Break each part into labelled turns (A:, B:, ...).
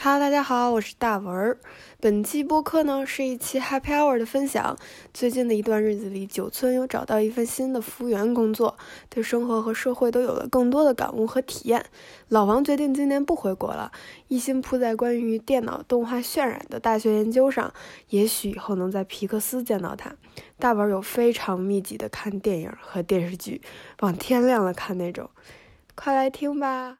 A: Hello，大家好，我是大文儿。本期播客呢是一期 Happy Hour 的分享。最近的一段日子里，九村有找到一份新的服务员工作，对生活和社会都有了更多的感悟和体验。老王决定今年不回国了，一心扑在关于电脑动画渲染的大学研究上，也许以后能在皮克斯见到他。大文儿有非常密集的看电影和电视剧，往天亮了看那种。快来听吧。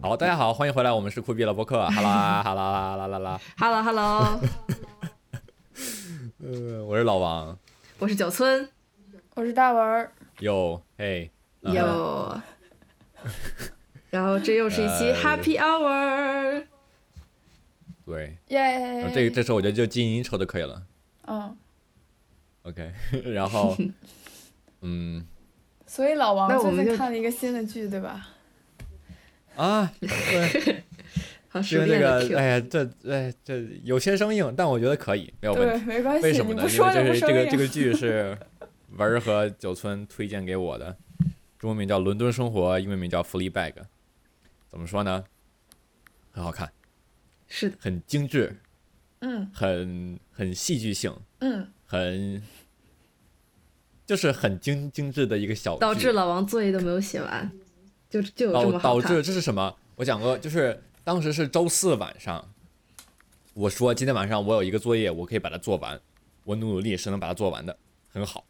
B: 好，大家好，欢迎回来，我们是酷毙了播客，哈啦哈啦啦啦啦啦，
C: Hello Hello，
B: 呃，我是老王，
C: 我是九村，
A: 我是大文儿。
B: 哟嘿，嗯
C: 有，然后这又是一期
B: 呃
C: Happy Hour，
B: 对，
D: 耶
B: 然后啊这这时候我觉得就进 intro 就可以了
D: 嗯，
B: ，OK，然 后，嗯
D: 所以老王
C: 那我
D: 最
C: 们
D: 近
C: 就
D: 看了一个新的剧，对吧？
B: 啊， 对，
C: 好
B: 因
C: 熟
B: 为那
C: 练的
B: 个，
C: Q，
B: 哎呀，这哎这有些生硬，但我觉得可以，没有问
D: 对，
B: 题。
D: 没关
B: 哦为
D: 系，
B: 什么
D: 你
B: 呢？
D: 不
B: 因
D: 说
B: 为
D: 就
B: 这
D: 不
B: 是
D: 说
B: 这个
D: 呀
B: 这个剧是 文儿和九村推荐给我的，中文名叫《伦敦生活》，英文名叫《Fleabag》，怎么说呢？很好看，
C: 是的，
B: 很精致，
D: 嗯
B: 很很戏剧性，
D: 嗯，
B: 很就是很精精致的一个小剧，
C: 导致老王作业都没有写完，就就有这
B: 导
C: 么好
B: 哦导致
C: 看，
B: 这是什么？我讲过，就是当时是周四晚上，我说今天晚上我有一个作业，我可以把它做完，我努努力是能把它做完的，很好。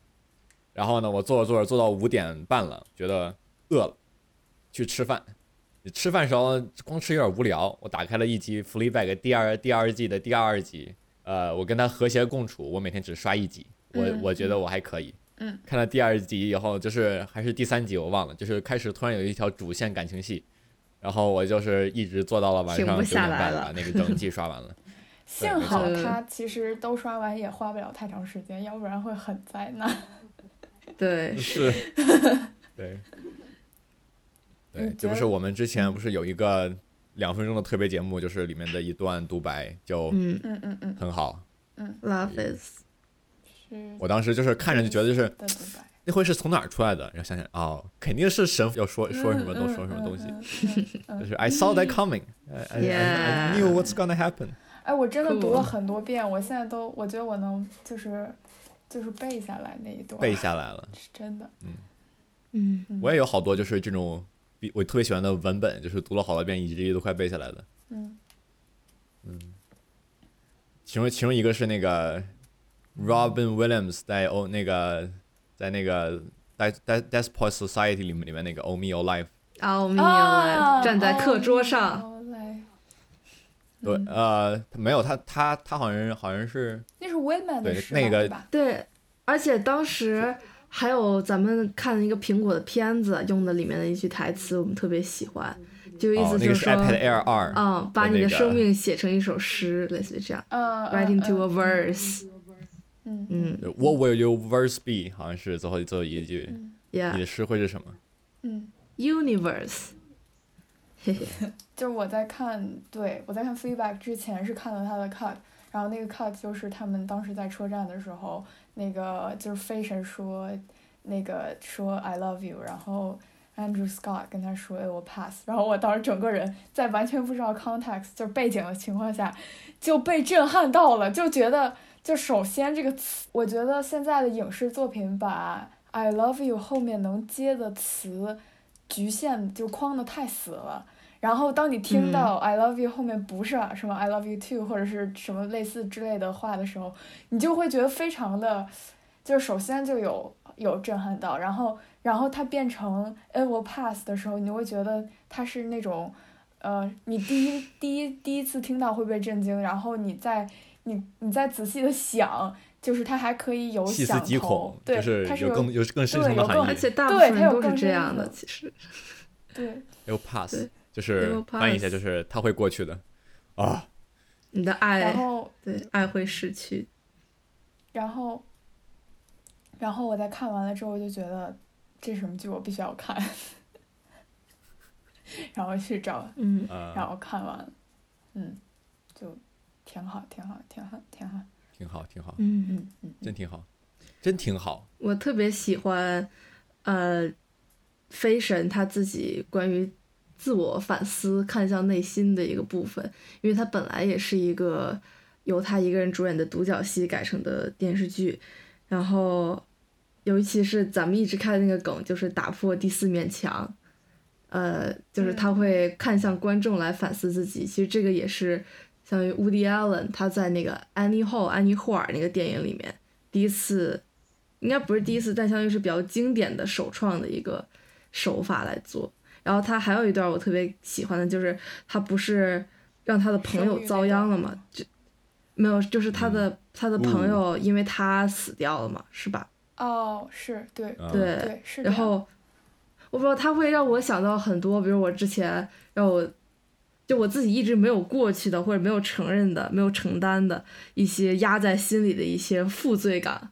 B: 然后呢，我做着做着做到五点半了，觉得饿了，去吃饭。吃饭时候光吃有点无聊，我打开了一集《Fleabag》第二第二季的第二集，呃，我跟他和谐共处，我每天只刷一集，我
D: 嗯
B: 我觉得我还可以。
D: 嗯，
B: 看了第二集以后，就是还是第三集我忘了，就是开始突然有一条主线感情戏，然后我就是一直做到了晚
C: 停
B: 上
C: 不
B: 九
C: 下
B: 点
C: 来
B: 半，
C: 了
B: 把那个整季刷完了。
D: 幸好
C: 没错
D: 他其实都刷完也花不了太长时间，要不然会很灾难。
C: 对，
B: 是， 对，对，
D: 你
B: 这
D: 觉
B: 不
D: 得
B: 是我们之前不是有一个两分钟的特别节目，就是里面的一段独白就
C: 嗯
D: 嗯嗯嗯，
B: 很好。
C: ，Love is，
D: 是
B: 我当时就是看着就觉得就是
D: 的独白。
B: 那会是从哪儿出来的，然后想想哦，肯定是神要说说什么
D: 嗯
B: 都说什么东西，。
D: 嗯嗯嗯嗯
B: 就
D: 嗯
B: 是 I saw that coming, I I, I, I knew what's gonna happen。
D: 哎，我真的读
C: Cool
D: 了很多遍，我现在都我觉得我能就是就是背下来那一段，
B: 背下来了。
D: 是真的。
C: 嗯，
B: 我也有好多就是这种比我特别喜欢的文本，就是读了好多遍，一直一直都快背下来的。嗯
D: 嗯
B: 其中其中一个是那个 Robin Williams 在欧那个在那个 Des Des Despoid Society 里面里面那个 Oh Me Oh Life，
C: 奥秘来嗯啊站在课桌上，
D: 啊哦来
B: 对、
D: 嗯
B: 呃没有他他他好像好像是
D: 那是 Women 的
B: 对
D: 诗
B: 那
D: 嘛
B: 个
D: 对吧？
C: 对，而且当时还有咱们看一个苹果的片子，用的里面的一句台词，我们特别喜欢，就意
B: 哦
C: 思
B: 那
C: 就
B: 个是
C: 说，
B: iPad Air 二、
D: 哦
C: 嗯，把
B: 的
C: 你
B: 那
C: 的
B: 个
C: 生命写成一首诗，类似于这样
D: 嗯
C: ，writing to a
D: 嗯
C: verse，
D: 嗯嗯
C: 嗯
B: 对 What will your verse be？好像是最后最后一句，你的诗会是什么？
D: 嗯，
C: ，yeah，universe，嘿嘿，
D: 就是我在看，对我在看《Feedback》之前是看了他的 cut，然后那个 cut 就是他们当时在车站的时候，那个就是飞神说那个说 I love you，然后 Andrew Scott 跟他说哎我 pass，然后我当时整个人在完全不知道 context 就是背景的情况下就被震撼到了，就觉得就首先这个词，我觉得现在的影视作品把 I love you 后面能接的词局限就框的太死了。然后当你听到 I love you 后面不是啊什么 I love you too 或者是什么类似之类的话的时候，你就会觉得非常的，就是首先就有有震撼到，然后然后它变成 it will pass 的时候，你就会觉得它是那种，呃，你第一第一第一次听到会被震惊，然后你再你你再仔细的想，就是它还可以有
B: 细
D: 想
B: 思
D: 头，
B: 极恐，
D: 对，
B: 就是
D: 它是
B: 有更有更深层
D: 对
B: 的
D: 有更
B: 含
C: 而
B: 义。
C: 且大部
D: 对
C: 分
D: 它有
C: 人都是
D: 更
C: 这
D: 深
C: 样的，
D: 刻
C: 其实，
D: 对
B: It will pass，
C: 对
B: 就
C: It
B: 是
C: will
B: 翻译一下
C: pass
B: 就是它会过去的啊。
C: 你的
D: 然
C: 爱，
D: 后
C: 对，爱会逝去，
D: 然后，然后我在看完了之后就觉得这是什么剧我必须要看， 然后去找，
C: 嗯，
B: 呃
D: 然后看完，嗯，就挺好，挺好，挺好，挺好。
B: 挺好，挺好，
C: 嗯，
D: 嗯嗯，
B: 真挺好，真挺好。
C: 我特别喜欢，呃，飞神他自己关于自我反思、看向内心的一个部分，因为他本来也是一个由他一个人主演的独角戏改成的电视剧，然后尤其是咱们一直看的那个梗，就是打破第四面墙，呃，就是他会看向观众来反思自己，其实这个也是。相当于 Woody Allen，他在那个安妮后安妮霍尔那个电影里面，第一次，应该不是第一次，但相当于是比较经典的首创的一个手法来做。然后他还有一段我特别喜欢的，就是他不是让他的朋友遭殃了嘛，就没有，就是他的、他的朋友因为他死掉了嘛，是吧？
D: 哦，是对，
B: 啊、
C: 对
D: 对是这
C: 然
D: 样。
C: 后我不知道，它会让我想到很多，比如我之前让我就我自己一直没有过去的，或者没有承认的、没有承担的一些压在心里的一些负罪感、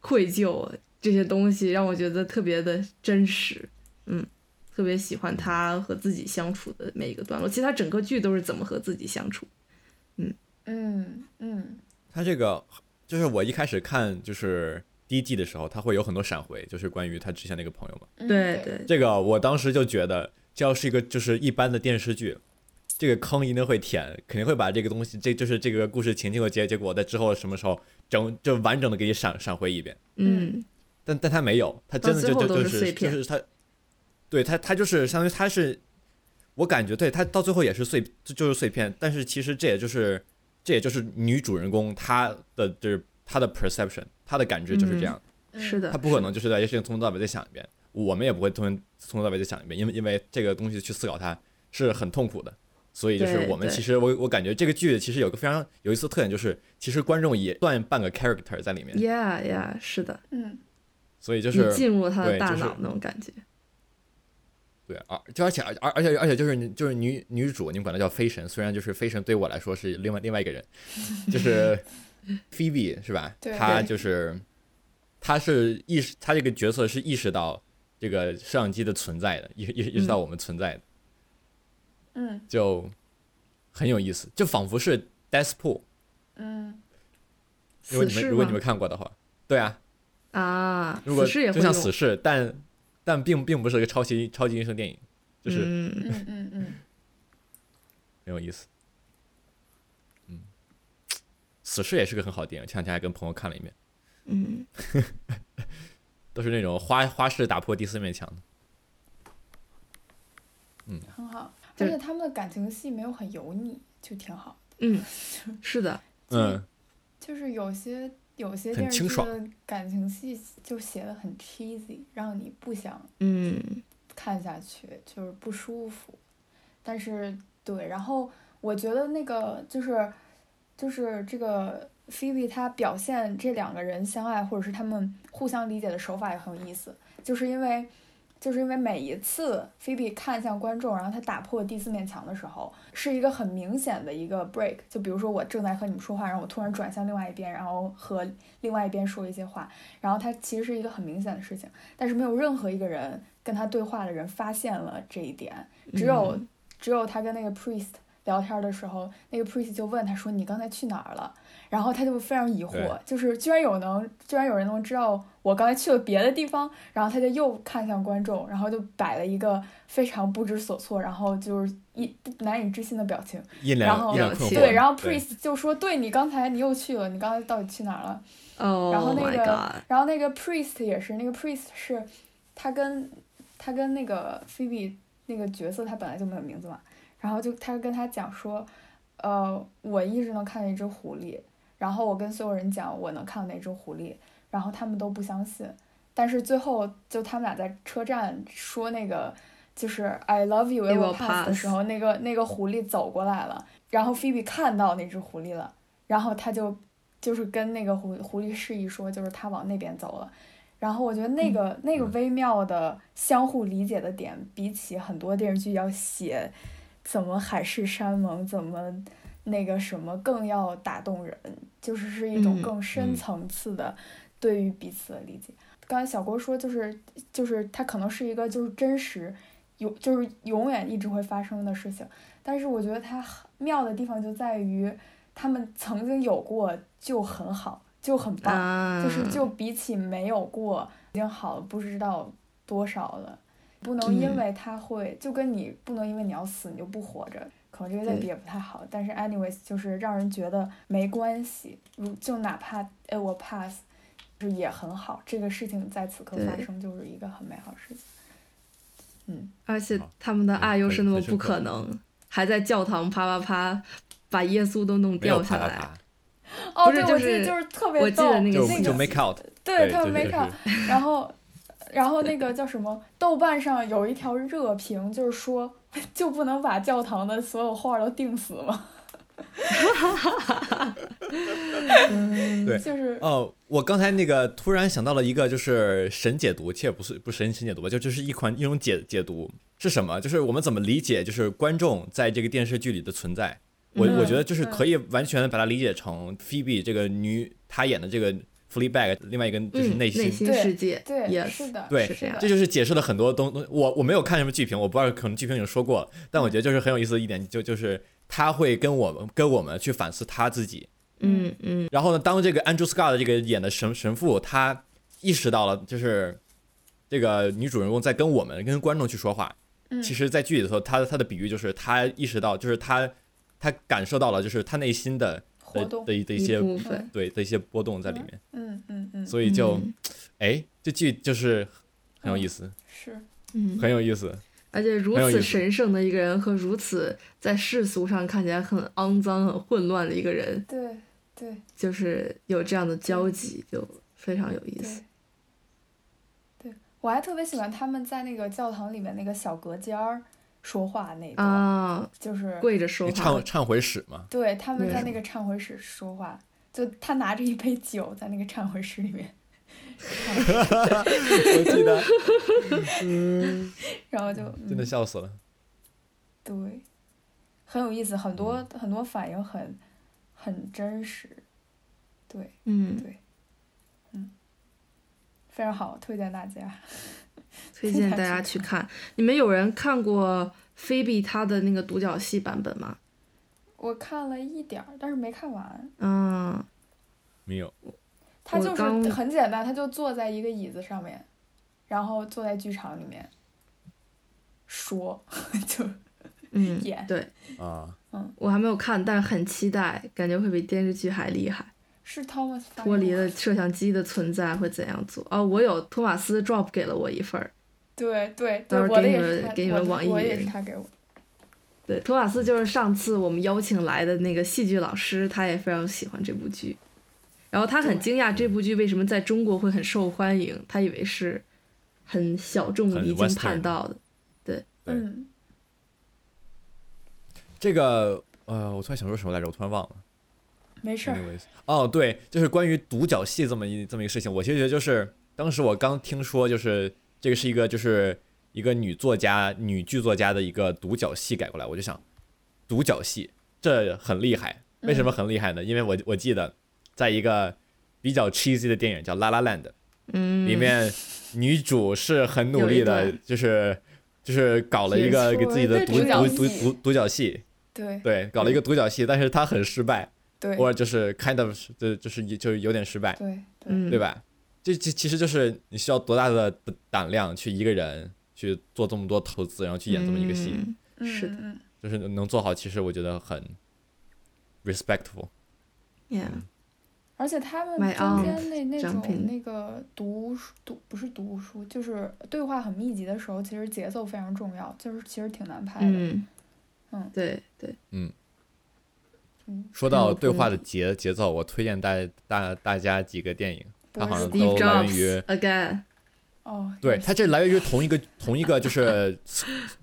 C: 愧疚这些东西，让我觉得特别的真实。嗯，特别喜欢他和自己相处的每一个段落。其实他整个剧都是怎么和自己相处。
D: 嗯嗯
B: 他这个就是我一开始看就是第一季的时候，他会有很多闪回，就是关于他之前那个朋友嘛。
D: 嗯，
C: 对
D: 对，
C: 对，
B: 这个我当时就觉得，这要是一个就是一般的电视剧，这个坑一定会填，肯定会把这个东西，这就是这个故事情境和结结果在之后什么时候整就完整的给你闪闪回一遍。
C: 嗯
B: 但但他没有，他真的就
C: 啊到最后
B: 就
C: 都是
B: 就
C: 碎
B: 是就
C: 片
B: 是他，对他他就是相当于他是，我感觉对他到最后也是碎就就是碎片，但是其实这也就是这也就是女主人公她的就是她的 perception，她的感知就是这样的。
D: 嗯
C: 是的，
B: 他不可能就是在这事情从头到尾再想一遍，我们也不会从从头到尾再想一遍，因为因为这个东西去思考它是很痛苦的，所以就是
C: 对
B: 我们
C: 对
B: 其实我我感觉这个剧其实有个非常有意思的特点，就是其实观众也算半个 character 在里面，
C: ，Yeah Yeah，是的，
D: 嗯
B: 所以就
C: 你
B: 是
C: 进入了他的
B: 对
C: 大
B: 就是
C: 脑那种感觉。
B: 对，而就而且而而而且而且就是你就是女女主，你们管她叫飞神，虽然就是飞神对我来说是另外另外一个人，就是 Phoebe 是吧？
D: 对
B: 她
C: 对
B: 就是她是意识，她这个角色是意识到这个摄像机的存在的，意意意识到我们存在的，
D: 嗯
B: 就很有意思，就仿佛是 Deathpool，
D: 嗯
B: 如果你
C: 死
B: 们
C: 侍
B: 如果
C: 吗
B: 你们看过的话，对啊，
C: 啊，
B: 如果
C: 死侍也
B: 就
C: 会
B: 像
C: 用
B: 死侍，但但并并不是一个超级超级英雄电影，就是
C: 嗯
D: 嗯嗯嗯，
B: 很有意思。嗯，死侍也是个很好的电影，前两天还跟朋友看了一遍，
C: 嗯，
B: 都是那种花花式打破第四面墙的。
D: 很好。
C: 就
D: 而
C: 是
D: 且他们的感情戏没有很油腻，就挺好。
C: 嗯是的，
B: 嗯，
D: 就是有些有些
B: 很
D: 电视
B: 清
D: 剧
B: 爽
D: 的感情戏就写的很 cheesy，让你不想
C: 嗯
D: 看下去，就是不舒服。但是对，然后我觉得那个就是就是这个 Phoebe 她表现这两个人相爱，或者是他们互相理解的手法也很有意思，就是因为。就是因为每一次 Phoebe 看向观众，然后她打破第四面墙的时候，是一个很明显的一个 break。就比如说我正在和你们说话，然后我突然转向另外一边，然后和另外一边说一些话，然后它其实是一个很明显的事情，但是没有任何一个人跟他对话的人发现了这一点，只有、只有他跟那个 priest 聊天的时候，那个 priest 就问他说：“你刚才去哪儿了？”然后他就非常疑惑
B: 对，
D: 就是居然有能，居然有人能知道我刚才去了别的地方，然后他就又看向观众，然后就摆了一个非常不知所措，然后就是一难以置信的表情。
B: 一脸
D: 然后
B: 一脸困惑。
D: 对，然后 priest 就说：“对你刚才你又去了，你刚才到底去哪儿了？”
C: 哦，
D: 然后那
C: my
D: 个
C: God
D: 然后那个 priest 也是，那个 priest 是他跟他跟那个 Phoebe 那个角色，他本来就没有名字嘛，然后就他跟他讲说，呃，我一直能看见一只狐狸，然后我跟所有人讲我能看到那只狐狸，然后他们都不相信，但是最后就他们俩在车站说那个。就是 I love you,
C: It
D: it will
C: will
D: pass 的
C: pass
D: 时候，那个那个狐狸走过来了，然后 Phoebe 看到那只狐狸了，然后他就就是跟那个狐狐狸示意说，就是他往那边走了。然后我觉得那个、那个
B: 嗯
D: 微妙的相互理解的点，比起很多电视剧要写怎么海誓山盟，怎么那个什么，更要打动人，就是是一种
C: 嗯
D: 更深
B: 嗯
D: 层次的对于彼此的理解。刚才小郭说，就是就是它可能是一个就是真实，永就是永远一直会发生的事情。但是我觉得它很妙的地方就在于，他们曾经有过就很好，就很棒，
C: 啊，
D: 就是就比起没有过已经好了不知道多少了。不能因
C: 嗯
D: 为他会，就跟你不能因为你要死你就不活着，可能这个类比
C: 对
D: 也不太好。但是 anyways 就是让人觉得没关系，如就哪怕哎我 pass，就是也很好。这个事情在此刻
C: 对
D: 发生就是一个很美好的事情。嗯，
C: 而且
B: 好
C: 他们的爱又是那么不可
B: 很
C: 能，还在教堂啪啪啪把耶稣都弄
B: 没有
C: 掉
B: 啪
C: 下
B: 啪
C: 来。
B: 啪，
D: 哦，
C: 不是
D: 对，
C: 就
D: 我记得
C: 是
D: 就是特
C: 我
D: 别
C: 记
D: 逗，
C: 得那个
B: 就
C: 那
B: 就
C: 个
B: make out，
D: 对他
B: 就
D: 们没
B: 是
D: 看，然后，然后那个叫什么，豆瓣上有一条热评，就是说，就不能把教堂的所有画都钉死吗？
C: 嗯
B: 对
D: 就是
B: 哦，我刚才那个突然想到了一个，就是神解读，其实不是不是神神解读吧，就就是一款一种解解读是什么？就是我们怎么理解，就是观众在这个电视剧里的存在。我
C: 嗯
B: 我觉得就是
D: 嗯
B: 可以完全的把它理解成 Phoebe 这个女她演的这个 Fleabag，另外一个就是
C: 嗯，
B: 内心。
C: 心
D: 对
C: 世界，
D: 对
C: yes
D: 是的，
B: 对
D: 是
C: 是这 样
B: 这
D: 的，
B: 就是解释了很多东东。我我没有看什么剧评，我不知道可能剧评有说过，但我觉得就是很有意思的一点，就就是他会跟我们跟我们去反思他自己，
C: 嗯嗯
B: 然后呢，当这个 Andrew Scott 这个演的神神父，他意识到了，就是这个女主人公在跟我们、跟观众去说话。
D: 嗯
B: 其实，在剧里头，他他的比喻就是他意识到，就是他他感受到了，就是他内心的
D: 活
B: 的
D: 动，
B: 的的一
C: 一
B: 些
C: 部分，
B: 对的一些波动在里面。
D: 嗯嗯嗯，
B: 所以就
C: 嗯
B: 哎，这剧就是很有意思，
D: 是，
C: 嗯
B: 很有意思。
C: 而且如
B: 很有意
C: 此
B: 思
C: 神圣的一个人和如此在世俗上看起来很肮脏、很混乱的一个人，
D: 对对
C: 就是有这样的交集，就非常有意思
D: 对。对，我还特别喜欢他们在那个教堂里面那个小隔间儿说话那一段，
C: 啊！
D: 就是
C: 跪着说
B: 你
C: 话
B: 忏，忏悔史嘛，
D: 对他们
C: 对
D: 在那个忏悔室说话，就他拿着一杯酒在那个忏悔室里面。
B: 我记得
D: 然后就、嗯、
B: 真的笑死了。
D: 对，很有意思，很多、
C: 嗯
D: 很多反应很很真实，对，
C: 嗯，
D: 对非常好，推荐大家。
C: 推荐大家去看。你们有人看过菲比她的那个独角戏版本吗？
D: 我看了一点儿，但是没看完。
C: 嗯，
B: 没有，
D: 他
C: 我
D: 就是
C: 刚
D: 很简单，他就坐在一个椅子上面，然后坐在剧场里面说，就
C: 嗯
D: 演，
C: 对
B: 啊，
C: 我还没有看，但是很期待，感觉会比电视剧还厉害。
D: 是 Thomas
C: 脱离
D: Fine
C: 了
D: 吗
C: 摄像机的存在会怎样做？哦，我有托马斯 drop 给了我一份儿。
D: 对对
C: 到时
D: 对，
C: 候
D: 我的
C: 给你
D: 也是
C: 们
D: 他，
C: 给你
D: 我
C: 们
D: 的
C: 网易
D: 我也
C: 云
D: 是他给我的，
C: 对，托马斯就是上次我们邀请来的那个戏剧老师，他也非常喜欢这部剧，然后他很
D: 对
C: 惊讶这部剧为什么在中国会很受欢迎，他以为是很小众、
B: 很
C: 离经
B: Western
C: 叛道的。
B: 对
D: 嗯，
B: 这个呃，我突然想说什么来着，我突然忘了。
D: 没事儿，
B: Anyways，哦，对，就是关于独角戏这么一这么一个事情，我其实觉得就是当时我刚听说，就是这个是一个就是一个女作家、女剧作家的一个独角戏改过来，我就想，独角戏这很厉害，为什么很厉害呢？因为我我记得在一个比较 cheesy 的电影叫《La La Land》
C: 嗯，
B: 里面，女主是很努
C: 有一
B: 力的，
C: 段
B: 就是就是搞了一个
D: 没错
B: 给自己的
D: 对
B: 独
D: 独角
B: 独独
D: 戏
B: 独独角戏，
D: 对
B: 对，搞了一个独角戏，但是她很失败。
D: 对
B: 或者就是 kind of 是就就是就是有点失败，
D: 对对，
C: 嗯，
B: 对？吧？这其其实就是你需要多大的胆量去一个人去做这么多投资，然后去演这么一个戏，
C: 嗯是的
D: 嗯嗯
B: 就是能做好，其实我觉得很 respectful。
C: ，yeah，
D: 而且他们
C: My
D: 中间那那
C: jumping
D: 种那个读书读不是读书，就是对话很密集的时候，其实节奏非常重要，就是其实挺难拍的。
C: 嗯，
D: 嗯
C: 对对，
D: 嗯，
B: 说
C: 嗯
B: 到
C: 我
B: 对话
C: 同
B: 的
C: 意
B: 节节奏，我推荐大大大家几个电影，
D: 不
B: 好
D: 是
B: 像
C: Steve
B: 都来源
C: Jobs
B: 于
C: again，
D: 哦，
B: 对，
D: yes
B: 它这来源于同一个同一个就是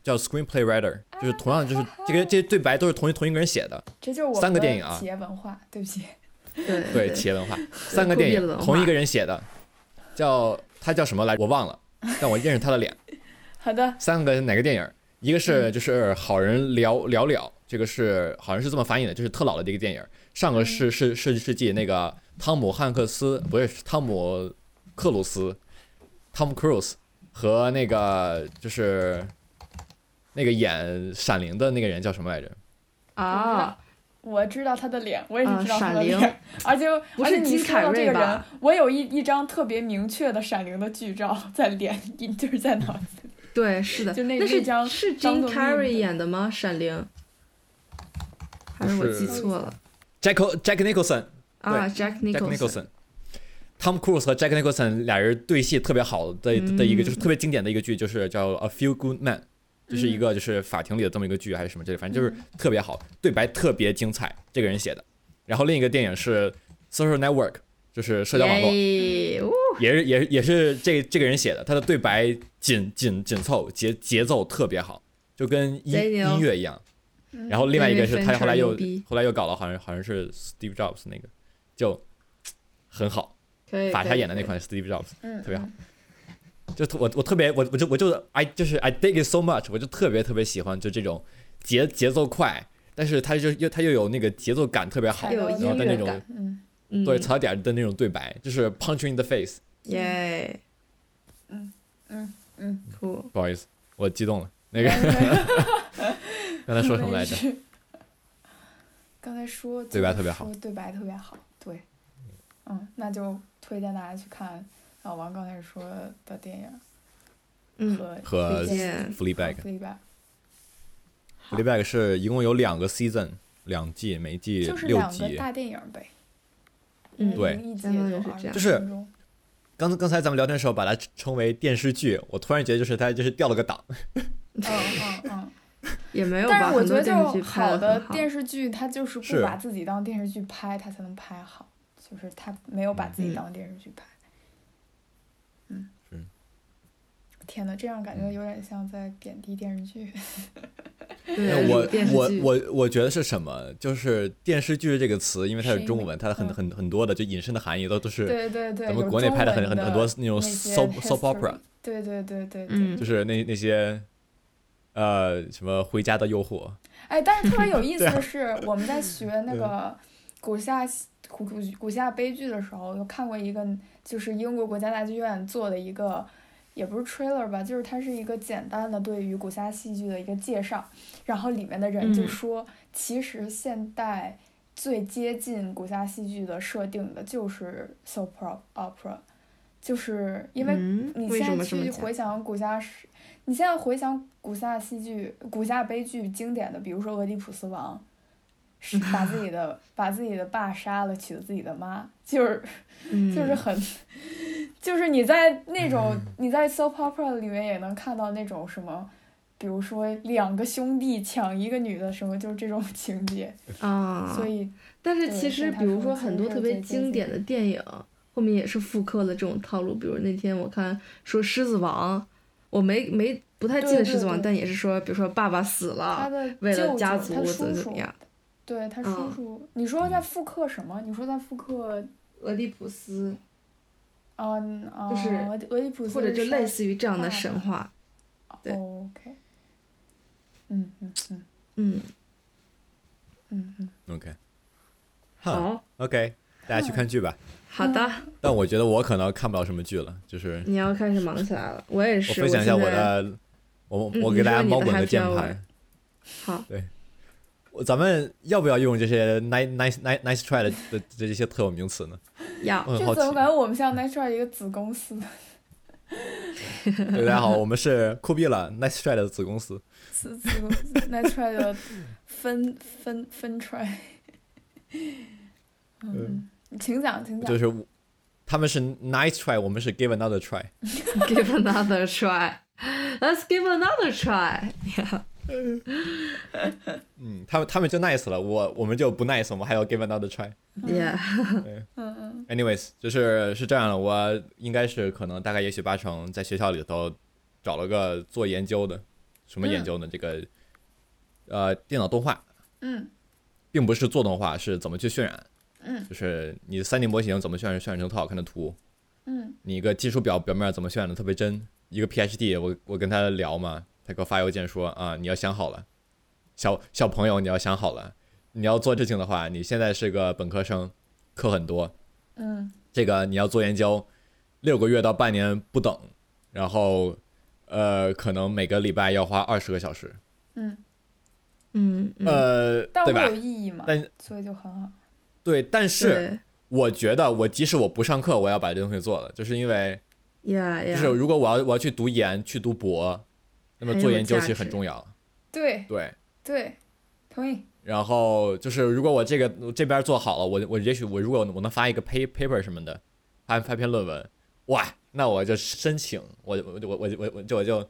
B: 叫 screenplay writer，就是同样就是这个这些对白都是同一同一个人写的，
D: 这就是我们
B: 三个电影啊
D: 企业文化，对不起，
C: 对
B: 对，企业文化三个电
C: 酷毙
B: 影
C: 了文化
B: 同一个人写的，叫他叫什么来？我忘了，但我认识他的脸。
D: 好的，
B: 三个是哪个电影？一个是就是好人聊聊聊，这个是好像是这么翻译的，就是特老的这个电影。上个世世世世纪那个汤姆汉克斯不是汤姆克鲁斯，Tom Cruise 和那个就是那个演《闪灵》的那个人叫什么来着？
C: 啊，
D: 我知道他的脸，我也是
C: 啊
D: 知道他的
C: 闪灵
D: 脸，而且
C: 不
D: 而
C: 是
D: 且你
C: 金
D: 说
C: 凯
D: 到这
C: 瑞
D: 个人
C: 吧，
D: 我有一一张特别明确的《闪灵》的剧照在脸，就是在脑子里。
C: 对，是的，
D: 就那
C: 那
D: 那
C: 是
D: 张
C: 是
D: 张
C: Jim
D: 作霖
C: Carrey
D: 的
C: 演的吗？《闪灵》还
B: 不
C: 我
B: 是
C: 记错了
B: Jack Jack Nicholson
C: 啊
B: Jack
C: ？Jack Nicholson，
B: Nicholson。Tom Cruise 和 Jack Nicholson 俩人对戏特别好的的一个，就是特别经典的一个剧，就是叫《A Few Good Men》，就是一个就是法庭里的这么一个剧还是什么之类，反正就是特别好，对白特别精彩，这个人写的。然后另一个电影是《Social Network》，就是社交网络，
C: 耶哦
B: 也是也是也是这这个人写的，他的对白紧紧紧凑，节节奏特别好，就跟音
C: 贼牛
B: 音乐一样。然后另外一个是
C: David
B: 他后来
C: Fincher
B: 又
C: 牛逼
B: 后来又搞了，好像好像是 Steve Jobs 那个，就很好，
C: 可以
B: 法
C: 可
B: 鲨
C: 以
B: 演的那
C: 可以
B: 款 Steve Jobs
D: 嗯，
B: 特别好。
C: 嗯
B: 就特我我特别我我就我就 I 就是 I dig it so much，我就特别特别喜欢就这种节节奏快，但是他就又他又有那个节奏感特别好，
C: 又有
B: 然后
C: 音
B: 的
C: 乐
B: 那种
C: 感
D: 嗯
B: 对
C: 嗯
B: 槽点的那种对白，就是 punch you in the face。
C: 耶，
D: 嗯嗯，
C: 酷，
B: 不好意思，我激 动了。那个刚才说什么来着？
D: 是？ 刚才说
B: 对白特别好，
D: 就是说对白特别好，对，嗯，那就推荐大家去看老王刚才说的电影
C: 嗯，
D: 和
B: 和
D: 推荐
C: Yeah
B: Fleabag。
D: 对吧？
C: 好
B: Fleabag 是一共有两个 season，两季，每季
D: 就是
B: 六
D: 两个
B: 集。
D: 大电影呗，
C: 嗯
B: 对
D: 一集
C: 相当于
D: 也
C: 是
D: 二
C: 这样
D: 十
B: 就是
D: 分钟。
B: 刚才刚才咱们聊天的时候把它称为电视剧，我突然觉得就是它就是掉了个档。
D: 嗯嗯嗯，
C: 也没有
D: 但
C: 吧？
D: 是我
C: 很
D: 觉
C: 多电
D: 得
C: 视
D: 就
C: 剧拍
D: 好
C: 得
D: 的
C: 很好
D: 电视剧，它就是不
B: 是
D: 把自己当电视剧拍，它才能拍好，就是它没有
B: 嗯
D: 把自己当电视剧拍。嗯，
B: 是
D: 天呐，这样感觉
B: 嗯
D: 有点像在贬低电视剧。
C: 对，
B: 我
C: 电视
B: 我
C: 剧
B: 我我觉得是什么？就是电视剧这个词，因为它是中文，它的很
D: 嗯
B: 很很多的就引申的含义都都是
D: 对对对，
B: 咱
D: 有
B: 们国内
D: 中
B: 拍的
D: 文
B: 很很很多那种
D: 些
B: soap soap
D: history
B: opera，
D: 对对对对对。
C: 嗯
B: 就是那那些呃什么《回家的诱惑》
D: 哎，但是特别有意思的是，我们在学那个古希腊古古古希腊悲剧的时候，有看过一个，就是英国国家大剧院做的一个，也不是 trailer 吧，就是它是一个简单的对于古希腊戏剧的一个介绍，然后里面的人就
C: 嗯
D: 说，其实现代最接近古希腊戏剧的设定的就是 soap opera，就是因为
C: 嗯
D: 你
C: 为什
D: 现
C: 么
D: 在
C: 这么
D: 去
C: 讲
D: 回？想古希腊史，你现在回想古希腊戏剧、古希腊悲剧经典的，比如说《俄狄浦斯王》，是把自己 的把自己的爸杀了，娶了自己的妈，就是就是
C: 嗯
D: 很， 就是你在那种你在 soap opera 里面也能看到那种什么，比如说两个兄弟抢一个女的什么，就是这种 情节，
C: 啊，
D: 所以
C: 但是
D: 对
C: 其实，
D: 跟他
C: 比如
D: 说
C: 说
D: 其
C: 很
D: 实
C: 多
D: 是
C: 特
D: 最
C: 别
D: 接
C: 经
D: 近
C: 典的电影，后面也是复刻了这种套路。比如那天我看说《狮子王》，我没没不太记
D: 对
C: 得《
D: 对
C: 狮子王》，
D: 对
C: 但也是说，比如说爸爸死了，
D: 他的
C: 啊为
D: 舅
C: 了
D: 舅、
C: 家族
D: 他
C: 怎
D: 叔
C: 么怎
D: 叔
C: 么，样。
D: 对他叔
C: 嗯
D: 叔，你说在复刻什么？你说在复刻
C: 俄狄浦斯，
D: 嗯，啊
C: 就是
D: 俄狄俄狄浦斯
C: 或者就类似于这样的
D: 爸
C: 神
D: 爸
C: 话，对
D: o k 哦嗯嗯嗯
C: 嗯，
D: 嗯嗯，
B: OK，哈
C: 好，
B: OK，大家去看剧吧。
C: 好的，
B: 但我觉得我可能看不了什么剧了，就是
C: 你要开始忙起来了，我也
B: 我
C: 嗯是，
B: 分享一下
C: 现
B: 我
C: 在
B: 的，我
C: 嗯
B: 我
C: 你
B: 给大
C: 说
B: 家
C: 你
B: 猫
C: 的
B: 滚的
C: happy
B: 键
C: hour
B: 盘。
C: 好，
B: 我咱们要不要用这些 nice nice nice nice try 的的这些特有名词呢？
C: 要
B: 我很
D: 这
B: 好
D: 怎么感
B: 奇。
D: 觉我们像 Natural 一个子公司？
B: 对，大家好，我们是酷毙了 nice try 的子公司。
D: 子子公司 Natural 的分分分 try。嗯，请讲，请讲。
B: 就是我他们是 nice try，我们是 give another try。嗯
C: give another try。Let's give another try。
B: 嗯，他们他们就 nice 了，我我们就不 nice，我们还要 give another try。
C: Yeah，
D: 嗯嗯
B: Anyways，就是是这样的，我应该是可能大概也许八成在学校里头找了个做研究的，什么研究呢？这个呃电脑动画，
D: 嗯
B: 并不是做动画，是怎么去渲染，
D: 嗯
B: 就是你三 D 模型怎么渲染，渲染成特好看的图，
D: 嗯
B: 你一个技术表表面怎么渲染的特别真，一个 PhD，我我跟他聊嘛，他给我发邮件说啊，你要想好了，小小朋友你要想好了，你要做事情的话，你现在是个本科生，课很多，
D: 嗯
B: 这个你要做研究，六个月到半年不等，然后呃，可能每个礼拜要花二十个小时。
D: 嗯，
C: 嗯嗯，
B: 呃，
D: 但
B: 对
D: 会
B: 吧
D: 有？意义嘛，
B: 但
D: 所以就很好。
B: 对，但是
C: 对
B: 我觉得我即使我不上课，我要把这东西做了，就是因为
C: 呀呀，
B: 就是如果我要我要去读研去读博，那么
C: 很
B: 做
C: 有
B: 研究
C: 价
B: 其实很
C: 值
B: 重要。
D: 对
B: 对，
D: 对，同意。
B: 然后就是如果我这个这边做好了，我我也许我如果我能发一个 pay paper 什么的，发发篇论文，哇，那我就申请，我我我我我我就我就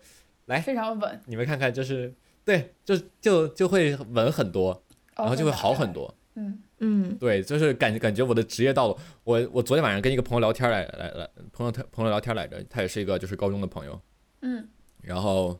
D: 非常稳，
B: 你们看看，就是对，就就就会稳很多，
D: 哦
B: 然哦后就会好很。多。
D: 嗯，
C: 嗯
B: 对，就是感感觉我的职业道路，我我昨天晚上跟一个朋友聊天来来来，朋友他朋友聊天来着，他也是一个就是高中的朋友，
D: 嗯，
B: 然后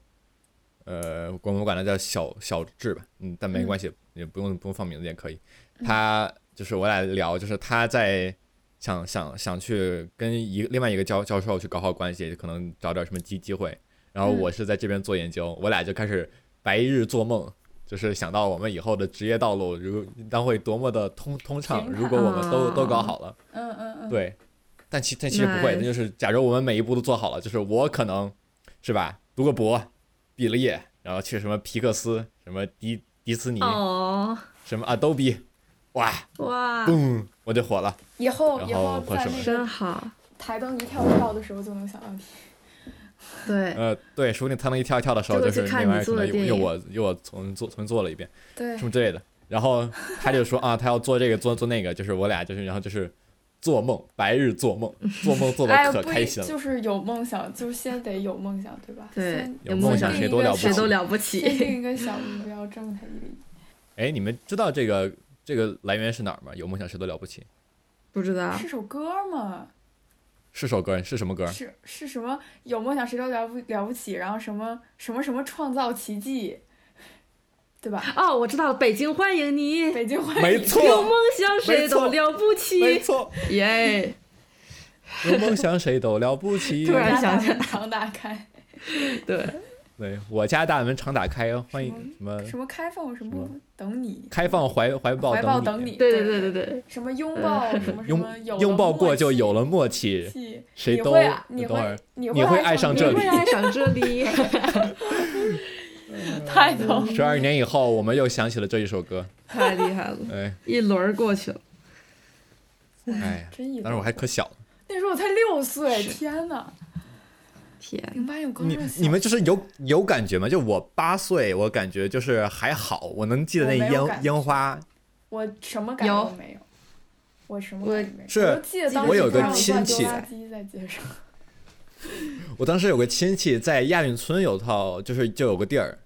B: 呃，我们管他叫小小智吧，嗯，但没
D: 嗯
B: 关系，也不用不用放名字也可以。他就是我俩聊，就是他在想想想去跟一另外一个教教授去搞好关系，可能找点什么机机会。然后
D: 嗯
B: 我是在这边做研究，我俩就开始白日做梦，就是想到我们以后的职业道路如当会多么的通通畅，
D: 平坦
B: 如果我们都都搞
C: 啊
B: 好了，
D: 嗯嗯嗯，
B: 对。但其但其实不会，
C: Nice
B: 那就是假如我们每一步都做好了，就是我可能是吧，读个博，毕了业，然后去什么皮克斯、什么迪迪斯尼、
C: 哦啊
B: 什么 Adobe，哇，
C: 哇，
B: 嘣，我就火了。
D: 以后以
B: 然后
D: 后
B: 会
D: 在
B: 什么
D: 那
C: 真
D: 个
C: 好，
D: 台灯一跳一跳的时候就能想到你。
C: 对
B: 呃，对，说不定他能一跳一跳的时候，
C: 这
B: 就
C: 个
B: 是
C: 就看
B: 另外
C: 你
B: 可
C: 做
B: 能
C: 的
B: 又
C: 电
B: 又
C: 影
B: 我又我重做重做了一遍
D: 对
B: 什，么之类的。然后他就说啊，他要做这个做做那个，就是我俩就是然后就是做梦，白日做梦，做梦做 的
D: 哎呀，
B: 可
D: 不
B: 开
D: 一
B: 心了。
D: 就是有梦想，就是先得有梦想，对吧？
C: 对
D: 先
B: 有
C: 有
B: 梦
C: 梦
B: 想
C: 想
B: 谁都了不
C: 谁都
B: 起。
C: 了不
D: 先
C: 起，
D: 定一个小目标，挣它一笔。
B: 哎，你们知道这个这个来源是哪儿吗？有梦想谁都了不起
C: 不知道
D: 是首歌吗？
B: 是首歌是什么啊歌？
D: 是是什么？有梦想谁都了不了不起，然后什么什么什么创造奇迹，对吧？
C: 哦，我知道了，北京欢迎你，
D: 北京欢 迎
B: 没
D: 你
B: 错，
C: 有梦想谁都
B: 没错
C: 了不
B: 没
C: 起，
B: 错，
C: 耶！
B: 有梦想谁都了不起
C: 突。然
D: 把大
C: 想起
D: 门常打开，
C: 对，
B: 对我家大门常打开哦，欢迎什么
D: 什么开放什么
B: 什
D: 等你，
B: 开放怀怀抱
D: 怀抱
B: 等嗯
D: 等你，
C: 对对对对对，
D: 什么拥 抱什么什
B: 拥
D: 么有了
B: 拥抱过就有
D: 默
B: 了默契，
D: 契，
B: 谁都
D: 你会啊你
B: 等会儿
D: 会你
B: 你会爱
D: 爱
B: 上
D: 你
B: 这
C: 你
B: 里
C: 会爱上这里，
D: 太逗了，
B: 十二年以后，我们又想起了这一首歌。
C: 太厉 害了，
B: 哎
C: 一轮儿过去了，
B: 哎，
D: 真意外
B: 当时我还可小了。
D: 那时候我才六岁，
C: 是嗯
D: 天哪！
C: 天，
D: 零八年我高
B: 你
D: 中小
B: 你们就是有有感觉吗？就我八岁，我感觉就是还好，我能记得那
D: 我没有
B: 烟
D: 感
B: 烟花。
D: 我什么感觉
C: 有
D: 都没有，我什么感觉没有，
B: 是
D: 我就记得当时
B: 我有个
D: 看到
B: 亲戚
D: 一罐丢垃圾在街上，
B: 我当时有个亲戚在亚运村有套，就是就有个地儿，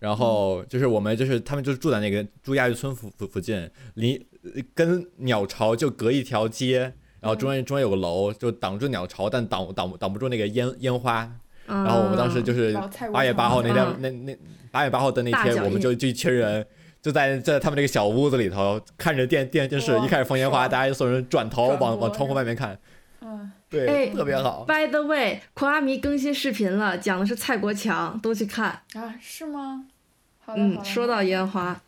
B: 然后就是我们就是他们就住在那个住亚运村附附附近，离呃跟鸟巢就隔一条街，然后中间中间有个楼，就挡住鸟巢，但挡挡挡不住那个烟烟花。
C: 然
B: 然后我们当时就是
D: 老蔡国
B: 八月
D: 强
B: 八号那天
C: 嗯，
B: 那那八月八号的那
C: 大脚
B: 天，
C: 印
B: 我们就就一群人就在在他们那个小屋子里头看着电电电视，
D: 哇
B: 一开始放烟花，
D: 爽
B: 大家就所有人转头
D: 转
B: 往
D: 播
B: 往窗户
D: 是吧
B: 外面看，
D: 嗯，
B: 对，
C: 哎
B: 特别好。
C: By the way，狂阿迷更新视频了，讲的是蔡国强，都去看。
D: 啊，是吗？好的，好
C: 嗯，
D: 的
C: 说到烟花，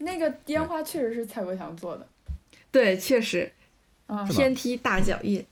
D: 那个烟花确实是蔡国强做的，
C: 对，确实
D: 嗯
B: 是，吗
C: 天梯大脚印，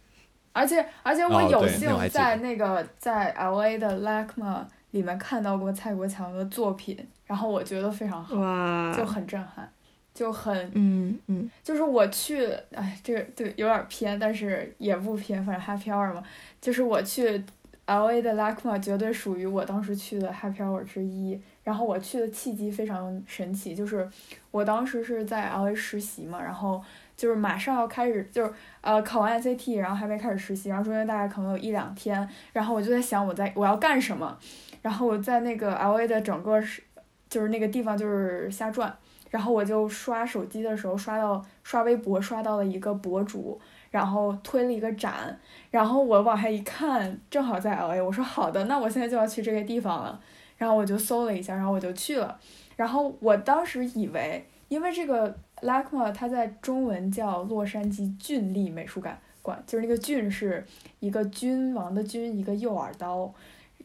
D: 而且而且我
B: 哦
D: 有
B: 对那我还记得
D: 幸在那个在 L A 的 LACMA 里面看到过蔡国强的作品，然后我觉得非常好，就
C: 哇，
D: 很震撼，就很
C: 嗯嗯，
D: 就是我去，哎，这个对有点偏，但是也不偏，反正 happy hour 嘛，就是我去 L A 的 LACMA 绝对属于我当时去的 happy hour 之一。然后我去的契机非常神奇，就是我当时是在 L A 实习嘛，然后就是马上要开始，就是呃考完 SAT，然后还没开始实习，然后中间大概可能有一两天，然后我就在想我在我要干什么，然后我在那个 L A 的整个是就是那个地方就是瞎转。然后我就刷手机的时候刷到刷微博刷到了一个博主，然后推了一个展，然后我往下一看，正好在 LA，我说好的，那我现在就要去这个地方了，然后我就搜了一下，然后我就去了，然后我当时以为，因为这个 LACMA 它在中文叫洛杉矶郡立美术馆馆，就是那个郡是一个君王的君，一个右耳刀，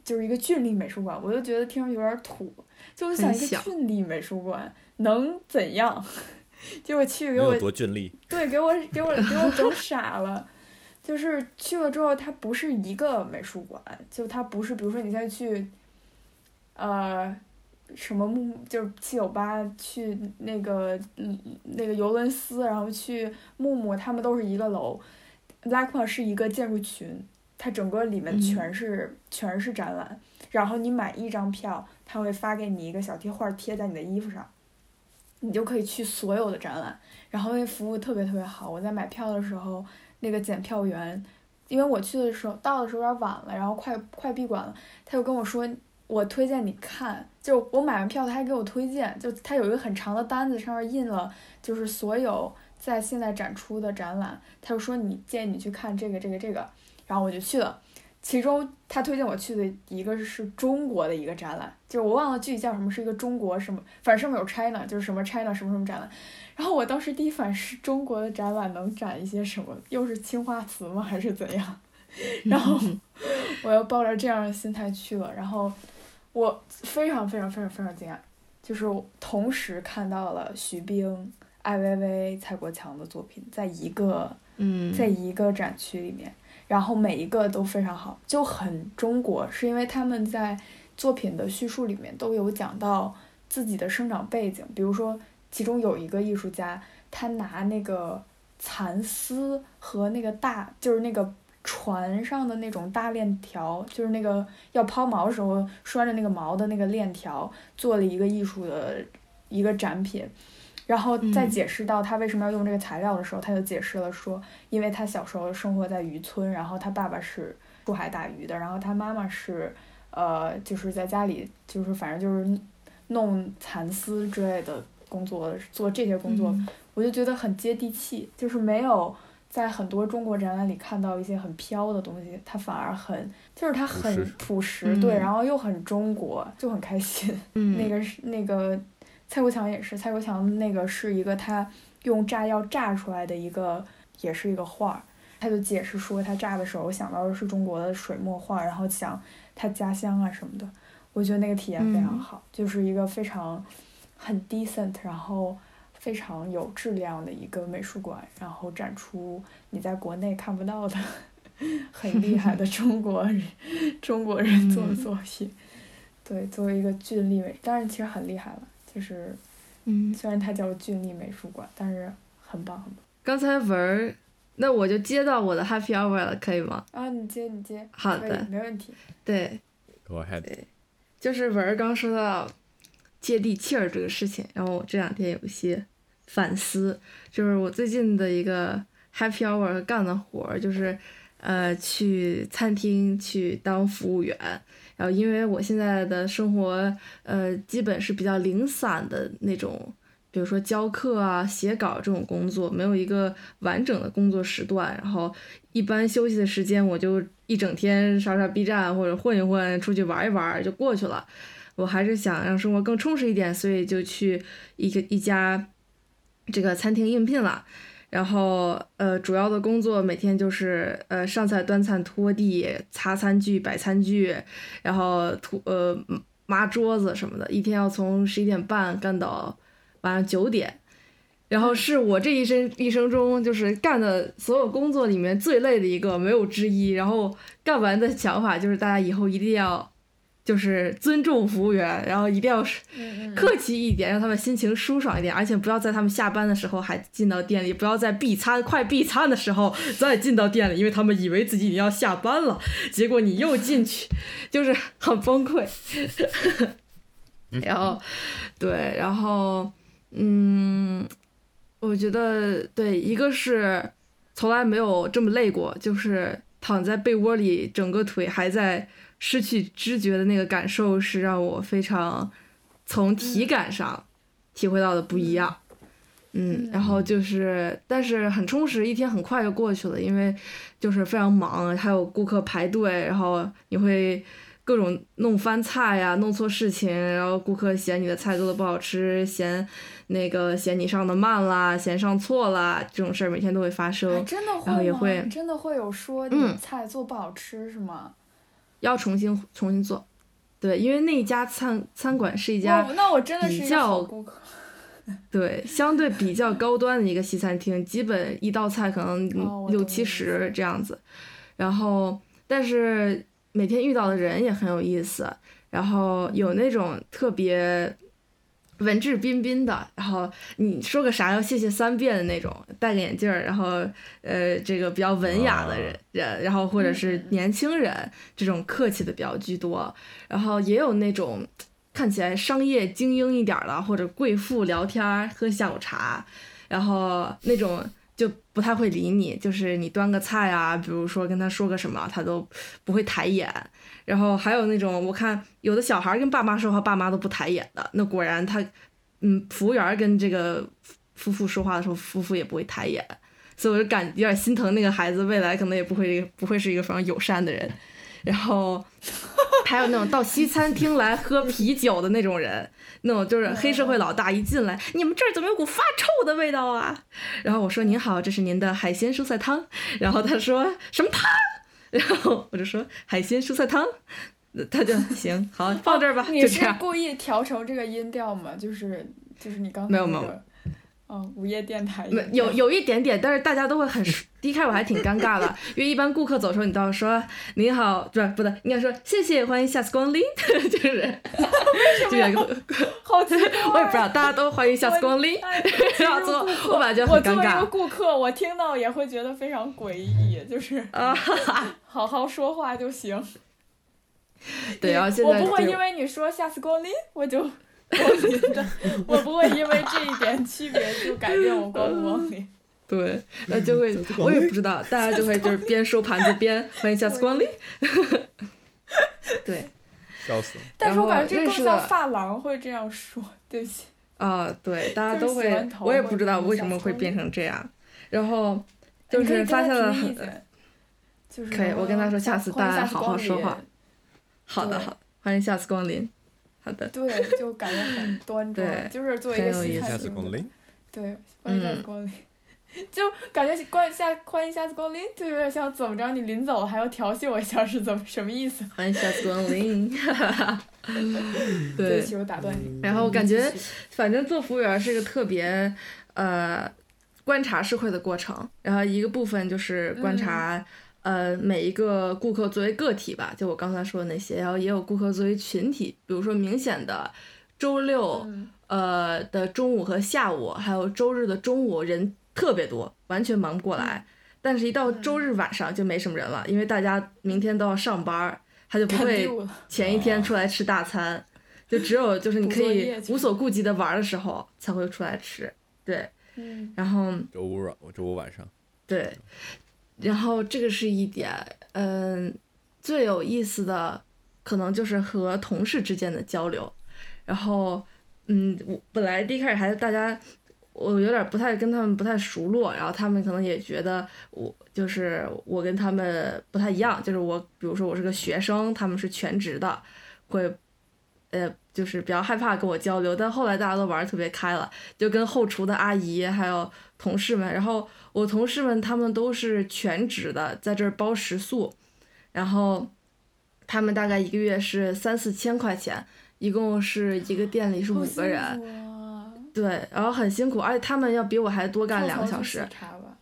D: 就是一个郡立美术馆，我就觉得听着有点土，就我想
C: 很
D: 一个
C: 小
D: 郡立美术馆能怎样？ 结果去
B: 没
D: 给我
B: 有多俊丽，
D: 对，给我给我给我整傻了。就是去了之后，它不是一个美术馆，就它不是，比如说你现在去，呃，什么木就是七九八去那个嗯那个尤伦斯，然后去木木，他们都是一个楼。LACMA 是一个建筑群，它整个里面
C: 嗯
D: 全是、全是展览。然后你买一张票，他会发给你一个小贴画贴在你的衣服上，你就可以去所有的展览。然后那服务特别特别好，我在买票的时候，那个检票员，因为我去的时候到的时候有点晚了，然后快快闭馆了，他就跟我说我推荐你看，就我买完票，他还给我推荐，就他有一个很长的单子，上面印了就是所有在现在展出的展览，他就说你建议你去看这个这个这个，然后我就去了。其中他推荐我去的一个是中国的一个展览，就是我忘了具体叫什么，是一个中国什么，反正上面有 China，就是什么 China 什么什么展览。然后我当时第一反应是中国的展览能展一些什么？又是青花瓷吗？还是怎样？ 然后我又抱着这样的心态去了，然后我非常非常非常非常惊讶，就是我同时看到了徐冰、艾薇薇、蔡国强的作品，在一个
C: 嗯，
D: 在一个展区里面，然后每一个都非常好，就很中国，是因为他们在作品的叙述里面都有讲到自己的生长背景，比如说其中有一个艺术家，他拿那个蚕丝和那个大就是那个。船上的那种大链条，就是那个要抛锚的时候拴着那个锚的那个链条，做了一个艺术的一个展品。然后在
C: 嗯
D: 解释到他为什么要用这个材料的时候，他就解释了说，因为他小时候生活在渔村，然后他爸爸是出海打鱼的，然后他妈妈是，呃，就是在家里就是反正就是弄蚕丝之类的工作，做这些工作。
C: 嗯
D: 我就觉得很接地气，就是没有在很多中国展览里看到一些很飘的东西，它反而很就是它很
B: 朴
D: 朴
B: 实
D: 实，
C: 嗯
D: 对，然后又很中国，就很开心。
C: 嗯
D: 那个是那个蔡国强也是，蔡国强那个是一个他用炸药炸出来的一个，也是一个画儿。他就解释说，他炸的时候想到的是中国的水墨画，然后想他家乡啊什么的。我觉得那个体验非常
C: 嗯
D: 好，就是一个非常很 decent，然后非常有质量的一个美术馆，然后展出你在国内看不到的 很厉害的中国人中国人做的
C: 嗯
D: 作品。对，作为一个俊丽美，当然其实很厉害了，就是
C: 嗯，
D: 虽然它叫俊丽美术馆，但是很棒很棒。
C: 刚才文儿，那我就接到我的 happy hour 了，可以吗？
D: 啊，你接你接，
C: 好
D: 可
C: 的
D: 以，没问题。
C: 对，
B: Go ahead，
C: 就是文儿刚说到接地气儿这个事情，然后我这两天有一些反思，就是我最近的一个 happy hour 干的活儿，就是呃去餐厅去当服务员，然后因为我现在的生活呃基本是比较零散的那种。比如说教课啊、写稿这种工作，没有一个完整的工作时段，然后一般休息的时间，我就一整天刷刷 B 站或者混一混，出去玩一玩就过去了。我还是想让生活更充实一点，所以就去一个一家这个餐厅应聘了。然后呃，主要的工作每天就是呃上菜、端菜、拖地、擦餐具、摆餐具，然后涂呃抹桌子什么的，一天要从十一点半干到晚上九点。然后是我这一生一生中就是干的所有工作里面最累的一个，没有之一。然后干完的想法就是，大家以后一定要就是尊重服务员，然后一定要是
D: 嗯
C: 客气一点，让他们心情舒爽一点，而且不要在他们下班的时候还进到店里，不要在闭餐快闭餐的时候再进到店里，因为他们以为自己已经要下班了，结果你又进去，就是很崩溃。
D: 嗯
C: 然后，对，然后，嗯，我觉得对，一个是从来没有这么累过，就是躺在被窝里，整个腿还在失去知觉的那个感受，是让我非常从体感上体会到的不一样。嗯
D: 嗯，
C: 然后就是，但是很充实，一天很快就过去了，因为就是非常忙，还有顾客排队，然后你会各种弄翻菜呀，弄错事情，然后顾客嫌你的菜做的不好吃，嫌那个嫌你上的慢啦，嫌上错啦，这种事儿每天都会发
D: 还
C: 生，
D: 真的
C: 然后
D: 会
C: 也
D: 吗？
C: 会
D: 真的会有说你
C: 嗯
D: 菜做不好吃是吗？
C: 要重新重新做。对，因为那家餐餐馆是一家
D: 哇，那我真的是一
C: 比
D: 个
C: 较
D: 好 顾客。
C: 对相对比较高端的一个西餐厅，基本一道菜可
D: 哦
C: 能
D: 我懂
C: 六
D: 你
C: 七
D: 意思
C: 十这样子，然后但是每天遇到的人也很有意思，然后有那种特别文质彬彬的，然后你说个啥要谢谢三遍的那种，戴个眼镜儿，然后呃，这个比较文雅的人，人，然后或者是年轻人这种客气的比较居多，然后也有那种看起来商业精英一点儿的，或者贵妇聊天儿喝下午茶，然后那种。就不太会理你，就是你端个菜啊，比如说跟他说个什么，他都不会抬眼。然后还有那种，我看有的小孩跟爸妈说话，爸妈都不抬眼的，那果然他，嗯，服务员跟这个夫妇说话的时候，夫妇也不会抬眼，所以我就感有点心疼那个孩子，未来可能也不会不会是一个非常友善的人。然后还有那种到西餐厅来喝啤酒的那种人，那种就是黑社会老大一进来，你们这儿怎么有股发臭的味道啊？然后我说您好，这是您的海鲜蔬菜汤。然后他说什么汤？ 然后我就说海鲜蔬菜汤。他就行，好放这儿吧，
D: 哦你
C: 就这
D: 是
C: 样。
D: 故意调成这个音调吗？就是就是你刚才
C: 没有
D: 那
C: 没有
D: 个，嗯，午夜电台
C: 没有有一点点，但是大家都会 很熟第一开始我还挺尴尬的，因为一般顾客走的时候，你倒说您好，不是不对，应该说谢谢，欢迎下次光临， 就是就有一个，
D: 好奇
C: 我也不知道，大家都欢迎下次光临，
D: 哎
C: 然后
D: 其实
C: 做
D: 顾客
C: 我本来就
D: 我
C: 很
D: 作
C: 尴
D: 为一个
C: 尬
D: 顾客，我听到也会觉得非常诡异，就是
C: 啊，哈哈
D: 好好说话就行。
C: 对，
D: 你
C: 然后现
D: 我
C: 在
D: 不会
C: 对
D: 因为你说下次光临我就光临的，我不会因为这一点区别就改变我光不光临。
C: 对，那就会我也不知道，大家就会就是边收盘子边欢迎下次光 临，对
B: 笑死了。
D: 但是我
C: 然后
D: 感觉这
C: 认
D: 更
C: 识
D: 像
C: 了
D: 发廊会这样说，对不起。
C: 啊，对，大家
D: 就是
C: 都
D: 洗
C: 会
D: 完，头
C: 我也
D: 会
C: 不知道
D: 欢迎
C: 为
D: 下
C: 什么
D: 次
C: 会
D: 光
C: 变
D: 临
C: 成这样，然后就
D: 你可以
C: 是
D: 跟
C: 发
D: 他
C: 现了
D: 提意
C: 很。
D: 见就是
C: 可以我跟他说下次
D: 欢迎
C: 大家
D: 下次
C: 好好
D: 光
C: 说
D: 临
C: 话好的，
D: 对
C: 好的，欢迎下次光临。好的，
D: 对，就感觉很端
C: 对
D: 庄，就是作为一个
C: 很有
D: 西
C: 意
D: 餐
C: 思
B: 下次
D: 厅
B: 光
D: 的
B: 临，
D: 对，欢迎下次
C: 嗯
D: 光临。 就感觉关下欢迎下次光临，就有点像怎么着你临走还要调戏我一下是怎么什么意思？
C: 欢迎下次光 临。
D: 对
C: 对
D: 不，起，我打断你。
C: 然后嗯我感
D: 继
C: 觉
D: 续
C: 反正做服务员是个特别呃观察社会的过程，然后一个部分就是观察、呃每一个顾客作为个体吧，就我刚才说的那些，然后也有顾客作为群体，比如说明显的周六、
D: 嗯
C: 呃的中午和下午，还有周日的中午人特别多，完全忙不过来。但是，一到周日晚上就没什么人了，因为大家明天都要上班儿，他就不
D: 赶
C: 会
D: 丢了，
C: 前一天出来吃大餐，就只有就是你可
D: 补作
C: 以
D: 业去
C: 无所顾忌的玩的时候才会出来吃。对，
D: 嗯，
C: 然后
B: 周五晚，周五晚上，
C: 对，然后这个是一点，嗯，最有意思的可能就是和同事之间的交流。然后，嗯，我本来第一开始还大家，我有点不太跟他们不太熟络，然后他们可能也觉得我就是我跟他们不太一样，就是我比如说我是个学生，他们是全职的，会，呃，就是比较害怕跟我交流。但后来大家都玩儿特别开了，就跟后厨的阿姨还有同事们，然后我同事们他们都是全职的，在这儿包食宿，然后他们大概一个月是三四千块钱，一共是一个店里是
D: 好
C: 五
D: 辛
C: 个人，
D: 苦啊
C: 对，然后很辛苦，而且他们要比我还多干
D: 吐
C: 两个
D: 槽
C: 小
D: 去
C: 时
D: 喜，茶吧，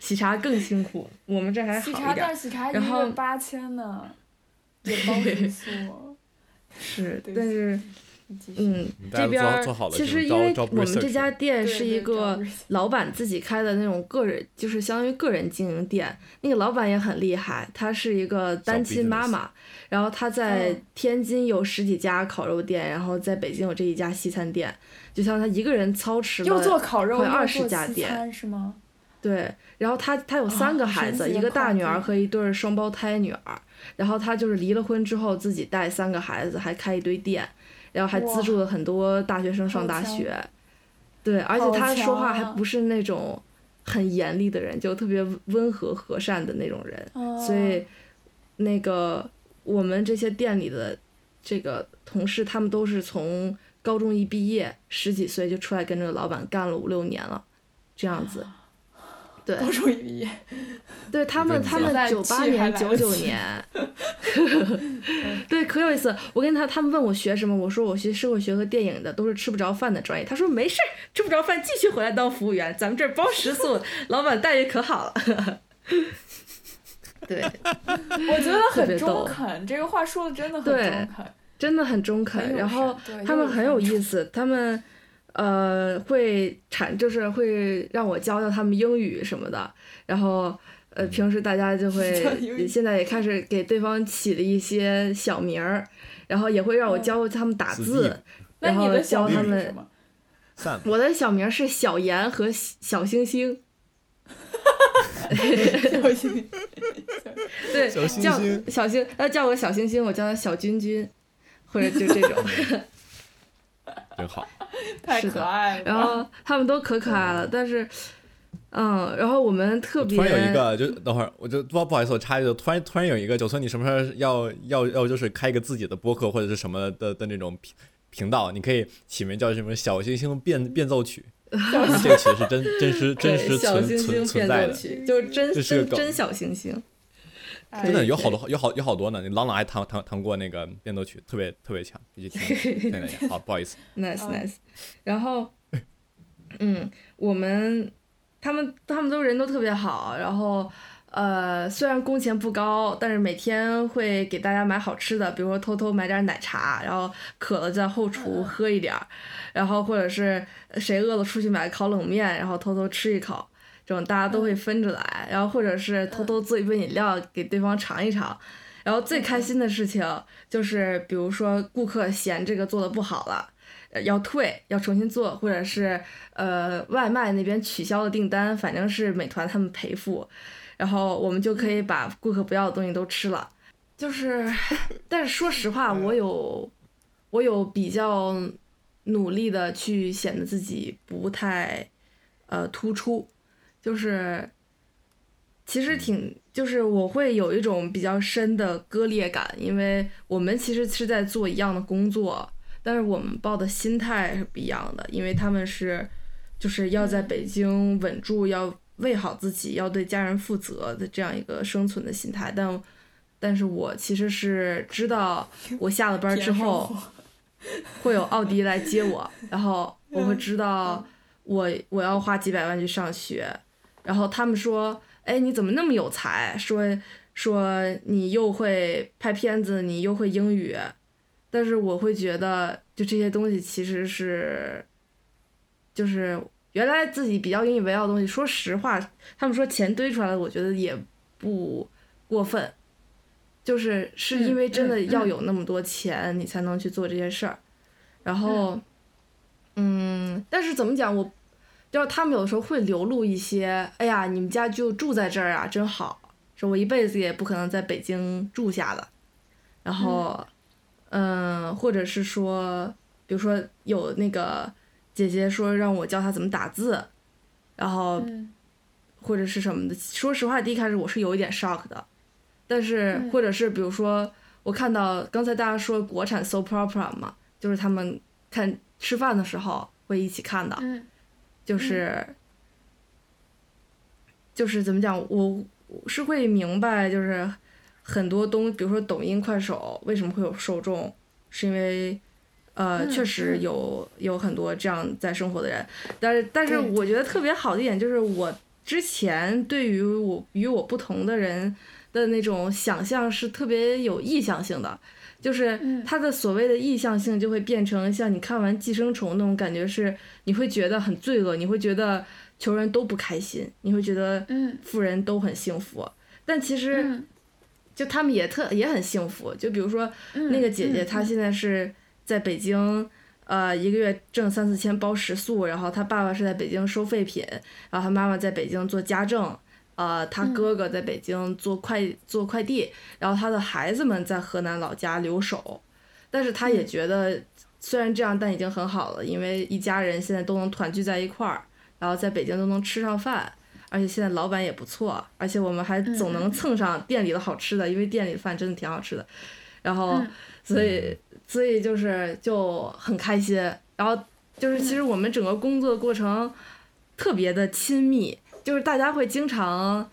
C: 喜茶更辛苦，我们这还好
D: 喜
C: 一
D: 茶
C: 点儿，
D: 但喜茶一
C: 然
D: 个
C: 后
D: 月八千呢，也包住宿。
C: 是
D: 对，
C: 但是
D: 你继续，
C: 嗯，
B: 大家做
C: 这边儿
B: 做好了这
C: 其实
B: 种
C: 因为
B: 招
C: 我
B: 招
C: 们
B: research
C: 这家店
D: 对
C: 是一
D: 对
C: 个
D: 找不是
C: 老板自己开的那种个人，就是相当于个人经营店。那个老板也很厉害，她是一个单亲妈妈，然后她在
D: 嗯
C: 天津有十几家烤肉店，然后在北京有这一家西餐店，就像她一个人操持
D: 又做
C: 了。
D: 烤肉，
C: 快
D: 又
C: 20
D: 做
C: 家
D: 西
C: 店
D: 餐是吗？
C: 对，然后她她有三个
D: 啊
C: 孩
D: 神
C: 子，
D: 奇
C: 一
D: 的
C: 个大
D: 跨
C: 女儿
D: 度
C: 和一对儿双胞胎女儿。然后她就是离了婚之后自己带三个孩子，还开一堆店，然后还资
D: 哇
C: 助了很多大学生上
D: 好
C: 大
D: 强
C: 学。对，而且
D: 好
C: 他说
D: 强
C: 话还
D: 啊
C: 不是那种很严厉的人，就特别温和和善的那种人。所以，
D: 啊
C: 那个我们这些店里的这个同事，他们都是从高中一毕业，十几岁就出来跟这个老板干了五六年了，这样 子。对
D: 高中一毕业，
C: 对他们，他
D: 现
C: 们
D: 在
C: 九八
D: 去还
C: 年、
D: 来
C: 九
D: 得
C: 九
D: 及
C: 年， 对，可有意思。我跟他他们问我学什么，我说我学社会学和电影的，都是吃不着饭的专业。他说没事儿，吃不着饭继续回 来当服务员，咱们这儿包食宿，老板待遇可好了。 对，
D: 我觉得
C: 特
D: 很
C: 别
D: 中
C: 逗
D: 肯，这个话说的真的很
C: 对
D: 中肯，
C: 真的很中
D: 很
C: 肯。
D: 友
C: 然后
D: 善对
C: 他们很有
D: 友善
C: 意思，他们呃会产就是会让我教教他们英语什么的，然后。呃，
B: 嗯
C: 平时大家就
D: 教英
C: 会
D: 语
C: 现在也开始给对方起了一些小名儿，然后也会让我
D: 嗯
C: 教他们打
B: 死
C: 字
B: 记，
D: 那
C: 然
D: 你
C: 后
D: 的
C: 教
D: 小
C: 他
D: 名是
C: 们
D: 什么？
B: 散
C: 我的小名是小严和小星星，
D: 小星
C: 对，
B: 小星
C: 叫
B: 星
C: 小星，他叫我小星星，我叫他小君君，或者就这 种。
B: 真好。
D: 太
C: 是
D: 可
C: 的
D: 爱了。
C: 然后他们都可可爱了，但是，嗯，然后我们特别
B: 突然有一个，就等会儿，我就不不好意思，我插一句，突然突然有一个，九村，你什么时候要要要就是开一个自己的播客或者是什么的的那种频频道，你可以起名叫什么“小星星变变奏 曲”，因为这个其实是真真实
C: 对
B: 真实
C: 小
B: 存
C: 星
B: 存
C: 星
B: 存
C: 变
B: 在
C: 奏
B: 的，
C: 曲，就是真
B: 这是个
C: 真
B: 梗
C: 真小星星，
D: 哎
B: 真的有
C: 对
B: 好多有好有好多呢。你朗朗还弹弹弹过那个变奏曲，特别特别强，必须 听。对对，好，不好意思，
C: nice
D: 嗯
C: nice，然后，嗯，我们他们他们都人都特别好，然后呃，虽然工钱不高，但是每天会给大家买好吃的，比如说偷偷买点奶茶，然后渴了在后厨喝一点儿，然后或者是谁饿了出去买个烤冷面，然后偷偷吃一口。这种大家都会分着来，然后或者是偷偷做一杯饮料给对方尝一尝，然后最开心的事情就是，比如说顾客嫌这个做的不好了，呃要退，要重新做，或者是呃外卖那边取消了订单，反正是美团他们赔付，然后我们就可以把顾客不要的东西都吃了。就是， 但是说实话，我有我有比较努力的去显得自己不太呃突出，就是其实挺，就是我会有一种比较深的割裂感，因为我们其实是在做一样的工作，但是我们抱的心态是不一样的，因为他们是就是要在北京稳住，要为好自己，要对家人负责的这样一个生存的心态，但。但是我其实是知道，我下了班之后，会有奥迪来接我，然后我会知道我我要花几百万去上学，然后他们说，哎，你怎么那么有才？说说你又会拍片子，你又会英语，但是我会觉得，就这些东西其实是，就是原来自己比较引以为傲的东西。说实话，他们说钱堆出来的，我觉得也不过分，就是是因为真的要有那么多钱，你才能去做这些事儿。然后，嗯，但是怎么讲，我就是他们有时候会流露一些，哎呀，你们家就住在这儿啊，真好。说我一辈子也不可能在北京住下了。然后，嗯、或者是说，比如说有那个姐姐说让我教她怎么打字，然后
D: 嗯
C: 或者是什么的。说实话，第一开始我是有一点 shock 的，但是
D: 嗯
C: 或者是比如说，我看到刚才大家说国产 soap opera 嘛，就是他们看吃饭的时候会一起看的，
D: 嗯
C: 就是、就是怎么讲，我我是会明白，就是很多东，比如说抖音、快手为什么会有受众，是因为。呃，
D: 嗯
C: 确实
D: 嗯
C: 有有很多这样在生活的人，但是但是
D: 对
C: 我觉得特别好的一点就是，我之前对于我与我不同的人的那种想象是特别有意向性的，就是
D: 嗯
C: 它的所谓的意向性就会变成像你看完《寄生虫》那种感觉是，你会觉得很罪恶，你会觉得穷人都不开心，你会觉得
D: 嗯
C: 富人都很幸福，但其实
D: 嗯
C: 就他们也特也很幸福，就比如说
D: 嗯，
C: 那个姐姐
D: 嗯
C: 她现在是在北京，呃，一个月挣三四千包食宿，然后她爸爸是在北京收废品，然后她妈妈在北京做家政，呃，她
D: 嗯
C: 哥哥在北京做快、做快递，然后她的孩子们在河南老家留守，但是她也
D: 嗯
C: 觉得虽然这样，但已经很好了，因为一家人现在都能团聚在一块儿，然后在北京都能吃上饭。而且现在老板也不错，而且我们还
D: 嗯
C: 总能蹭上店里的好吃的，因为店里的饭真的挺好吃的。然后，
D: 嗯
C: 所以所以就是就很开心。然后就是其实我们整个工作过程特别的亲密，就是大家会经常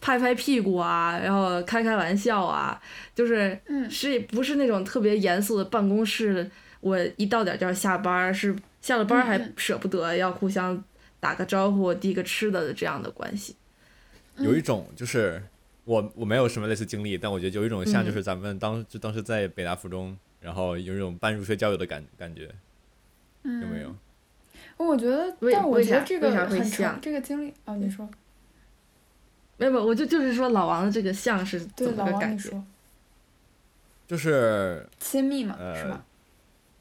C: 拍拍屁股啊，然后开开玩笑啊，就是
D: 嗯
C: 是不是那种特别严肃的办公室？我一到点就要下班儿，是下了班儿
D: 嗯
C: 还
D: 嗯
C: 舍不得要互
D: 嗯
C: 相打个招呼、递个吃的的这样的关系。
B: 有一种就是我我没有什么类似经历，但我觉得有一种像
C: 嗯
B: 就是咱们当就当时在北大附中，然后有一种半入学交友的感感觉，
D: 嗯，
B: 有没有？？
D: 我觉得
C: 为，
D: 但我
C: 为
D: 觉得
C: 啥
D: 这
C: 为啥
D: 个
C: 会
D: 很
C: 像
D: 长，这个经历啊，你说，
C: 没有，没有我就就是说老王的这个像是
D: 对，
C: 怎么
D: 老
C: 个
D: 王
C: 感
D: 你
C: 觉？
D: 说，
B: 就是
D: 亲密嘛，
B: 呃
D: 是吧？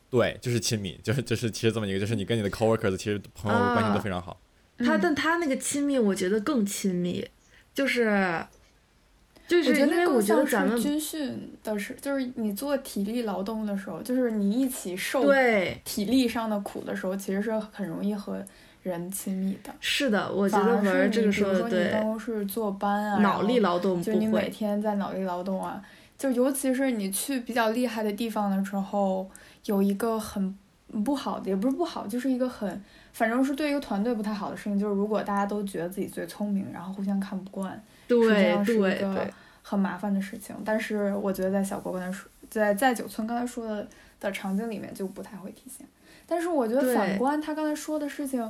B: 对，就是亲密，就是就是其实这么一个，就是你跟你的 coworkers 其实朋
D: 啊
B: 友关系都非常好。
C: 他
D: 嗯
C: 但他那个亲密，我觉得更亲密，就是就是
D: 我觉得
C: 因为
D: 那
C: 我
D: 更
C: 觉得
D: 像
C: 咱
D: 是
C: 们
D: 军训的时，就是你做体力劳动的时候，就是你一起受
C: 对
D: 体力上的苦的时候，其实是很容易和人亲密的。
C: 是的，我觉
D: 反
C: 得
D: 而
C: 文
D: 是
C: 儿
D: 你，
C: 这个
D: 比如
C: 的
D: 说你办
C: 对，
D: 公室坐班啊，
C: 脑力
D: 劳，
C: 劳动
D: 就是你
C: 不
D: 每
C: 会，
D: 天在脑力劳动啊，就尤其是你去比较厉害的地方的时候，有一个很不好的，也不是不好，就是一个很，反正是对一个团队不太好的事情，就是如果大家都觉得自己最聪明，然后互相看不惯，实际
C: 对
D: 上是一
C: 对
D: 个
C: 对，
D: 很麻烦的事情。但是我觉得在小郭刚才说，在在九村刚才说的的场景里面就不太会体现。但是我觉得
C: 对
D: 反观他刚才说的事情，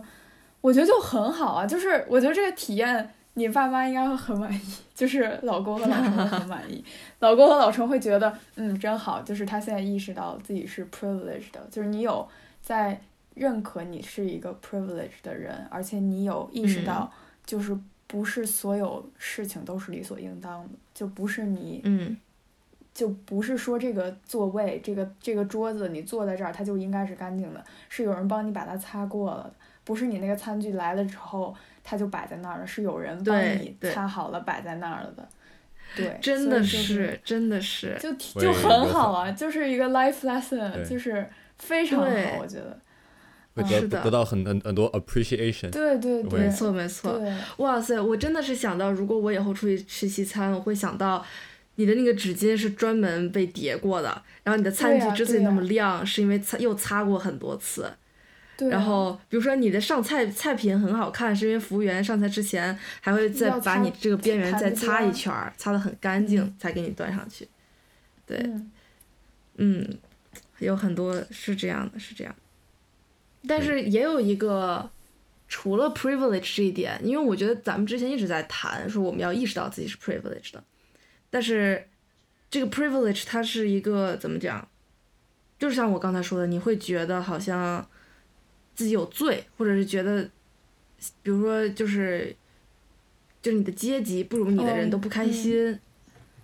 D: 我觉得就很好啊，就是我觉得这个体验。你爸妈应该会很满意，就是老公和老陈会 很满意，老公和老陈会觉得，嗯，真好，就是他现在意识到自己是 privileged 的，就是你有在认可你是一个 privileged 的人，而且你有意识
C: 嗯
D: 到，就是不是所有事情都是理所应当的，就不是你，
C: 嗯，
D: 就不是说这个座位、这个这个桌子你坐在这儿，它就应该是干净的，是有人帮你把它擦过了，不是你那个餐具来了之后它就摆在那儿了，是有人帮
C: 对
D: 你
C: 对
D: 擦好了摆在那儿了的，对，
C: 真
D: 所
C: 的
D: 以就是
C: 是真的是，
D: 就挺
B: 我
D: 就
B: 也有
D: 很好啊，就是一个 life
B: 对
D: lesson，就是非常好
C: 对，
D: 我觉得，
B: 会
D: 嗯
B: 得
C: 是的
B: 得到很很很多 appreciation。
D: 对对
B: 我
D: 对，
B: 也
C: 没错没错，
D: 对，
C: 哇塞，我真的是想到，如果我以后出去吃西餐，我会想到你的那个纸巾是专门被叠过的，然后你的餐
D: 对
C: 具
D: 呀
C: 之所以
D: 对
C: 那
D: 呀
C: 么亮，是因为擦又擦过很多次。
D: 对啊
C: 然后比如说你的上菜菜品很好看，是因为服务员上菜之前还会再
D: 要
C: 把
D: 擦
C: 你这个边缘
D: 盘
C: 再
D: 子
C: 擦一
D: 边
C: 圈儿，擦得很干净
D: 嗯
C: 才给你端上去。对
D: 嗯
C: 嗯，有很多是这样的，是这样。但是也有一个，除了 privilege 这一点，因为我觉得咱们之前一直在谈说我们要意识到自己是 privilege 的，但是这个 privilege 它是一个怎么讲？就是像我刚才说的，你会觉得好像自己有罪，或者是觉得，比如说就是就是你的阶级不如你的人
D: 哦
C: 都不开
D: 嗯
C: 心，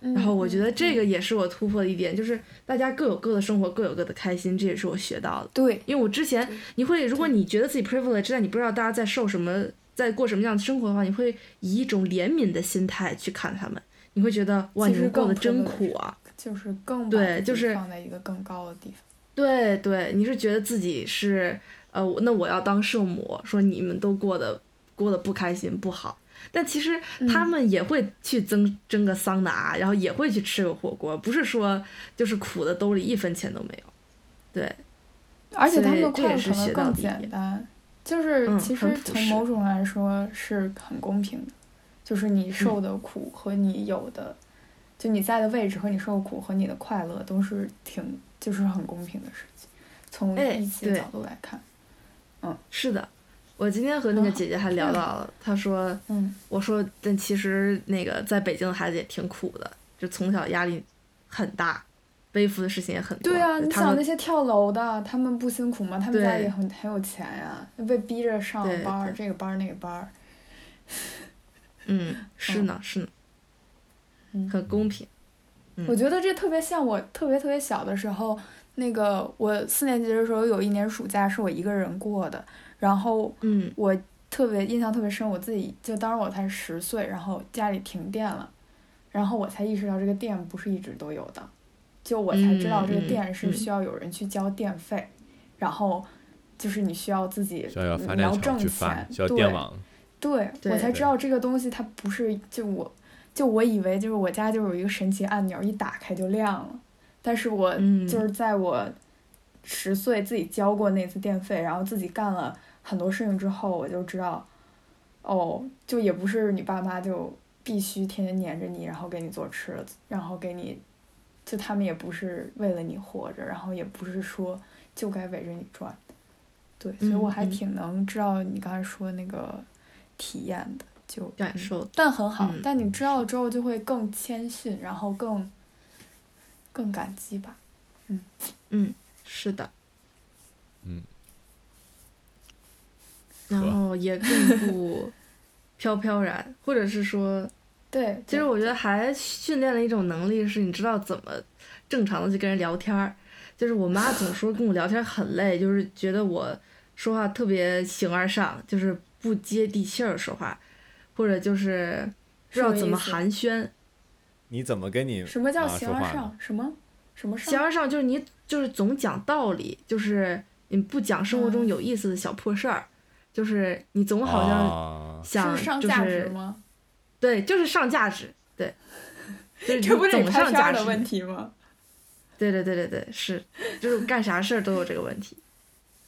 D: 嗯
C: 然后我觉得这
D: 嗯
C: 个也是我突破的一点，就是大家各有各的生活，各有各的开心，这也是我学到的。
D: 对
C: 因为我之前
D: 对
C: 你会，如果你觉得自己 privilege，但你不知道大家在受什么，在过什么样的生活的话，你会以一种怜悯的心态去看他们，你会觉得哇，
D: 其
C: 你
D: 实
C: 们过得
D: 更
C: 真
D: privileged
C: 苦啊！
D: 就是更把
C: 对
D: 自
C: 就
D: 己
C: 是
D: 放在一个更高的地方。
C: 对对，你是觉得自己是呃，我那我要当圣母，说你们都过得过得不开心不好，但其实他
D: 嗯
C: 们也会去蒸蒸个桑拿，然后也会去吃个火锅，不是说就是苦的兜里一分钱都没有。对，
D: 而且他们
C: 所
D: 的
C: 以这
D: 快
C: 也
D: 乐
C: 是
D: 可
C: 学
D: 能
C: 到
D: 更
C: 的一
D: 简
C: 点
D: 单，就是
C: 嗯
D: 其
C: 很
D: 实
C: 朴
D: 从
C: 实嗯
D: 某种来说是很公平的，就是你受的苦和你有的，就你在的位置和你受的苦和你的快乐都是挺就是很公平的事情，从
C: 哎
D: 一些
C: 对
D: 角度来看，
C: 是的。我今天和那个
D: 哦
C: 姐姐还聊到了，她说，
D: 嗯，
C: 我说，但其实那个在北京的孩子也挺苦的，就从小压力很大，背负的事情也很多。
D: 对啊，你
C: 他
D: 想
C: 们
D: 那些跳楼的，他们不辛苦吗？他们家
C: 对
D: 也很很有钱呀、被逼着上
C: 对
D: 班儿，
C: 对
D: 这个班儿那个班儿，
C: 嗯，是呢，是呢，
D: 嗯
C: 很公平。
B: 嗯
D: 我觉得这特别像我特别特别小的时候，那个我四年级的时候有一年暑假是我一个人过的，然后
C: 嗯
D: 我特别印象特别深，我自己就当时我才十岁，然后家里停电了， 然后我才意识到这个电不是一直都有的，就我才知道这个
C: 嗯嗯
D: 电是
C: 嗯
D: 需要有人去交电费，然后就是你需要自己
B: 需要有
D: 你
B: 发
D: 你
B: 电
D: 要
B: 厂
D: 挣
B: 去
D: 钱，
B: 发，需要
D: 对
B: 电网。
D: 对
C: 对
D: 我才知道这个东西它不是就我就我以为就是我家就是有一个神奇按钮，一打开就亮了。但是我
C: 嗯，
D: 就是在我十岁自己交过那次电费，然后自己干了很多事情之后，我就知道，哦，就也不是你爸妈就必须天天黏着你，然后给你做吃的，然后给你，就他们也不是为了你活着，然后也不是说就该围着你转，对，所以我还
C: 嗯嗯
D: 挺能知道你刚才说那个体验的，就嗯
C: 感受，
D: 但很好，
C: 嗯
D: 但你知道了之后就会更谦逊，然后更更感激吧。
C: 嗯，是的，
B: 嗯，
C: 然
B: 吧
C: 后也更 不飘飘然，或者是说，
D: 对，
C: 其实
B: 哦
D: 对
C: 我觉得还训练了一种能力，是你知道怎么正常的去跟人聊天儿。就是我妈总说跟我聊天儿很累，就是觉得我说话特别形而上，就是不接地气儿说话，或者就是不知道
D: 什么
C: 怎么
D: 意思
C: 寒暄。
B: 你怎么跟你
D: 什么叫
B: 妈嗯啊
D: 形
B: 说
D: 而
B: 话呢
D: 上？什么什么
C: 形
D: 上？
C: 而上就是你就是总讲道理，就是你不讲生活中
D: 嗯
C: 有意思的小破事儿，就是你总好像
B: 啊，
C: 想
D: 是上
C: 就
D: 价值
C: 是
D: 吗？
C: 对，就是上价值， 对，就是你
D: 这不是你
C: 总
D: 拍
C: 上
D: 片
C: 价
D: 儿
C: 值
D: 的问，题吗？
C: 对对对对对，是，就是干啥事儿都有这个问题。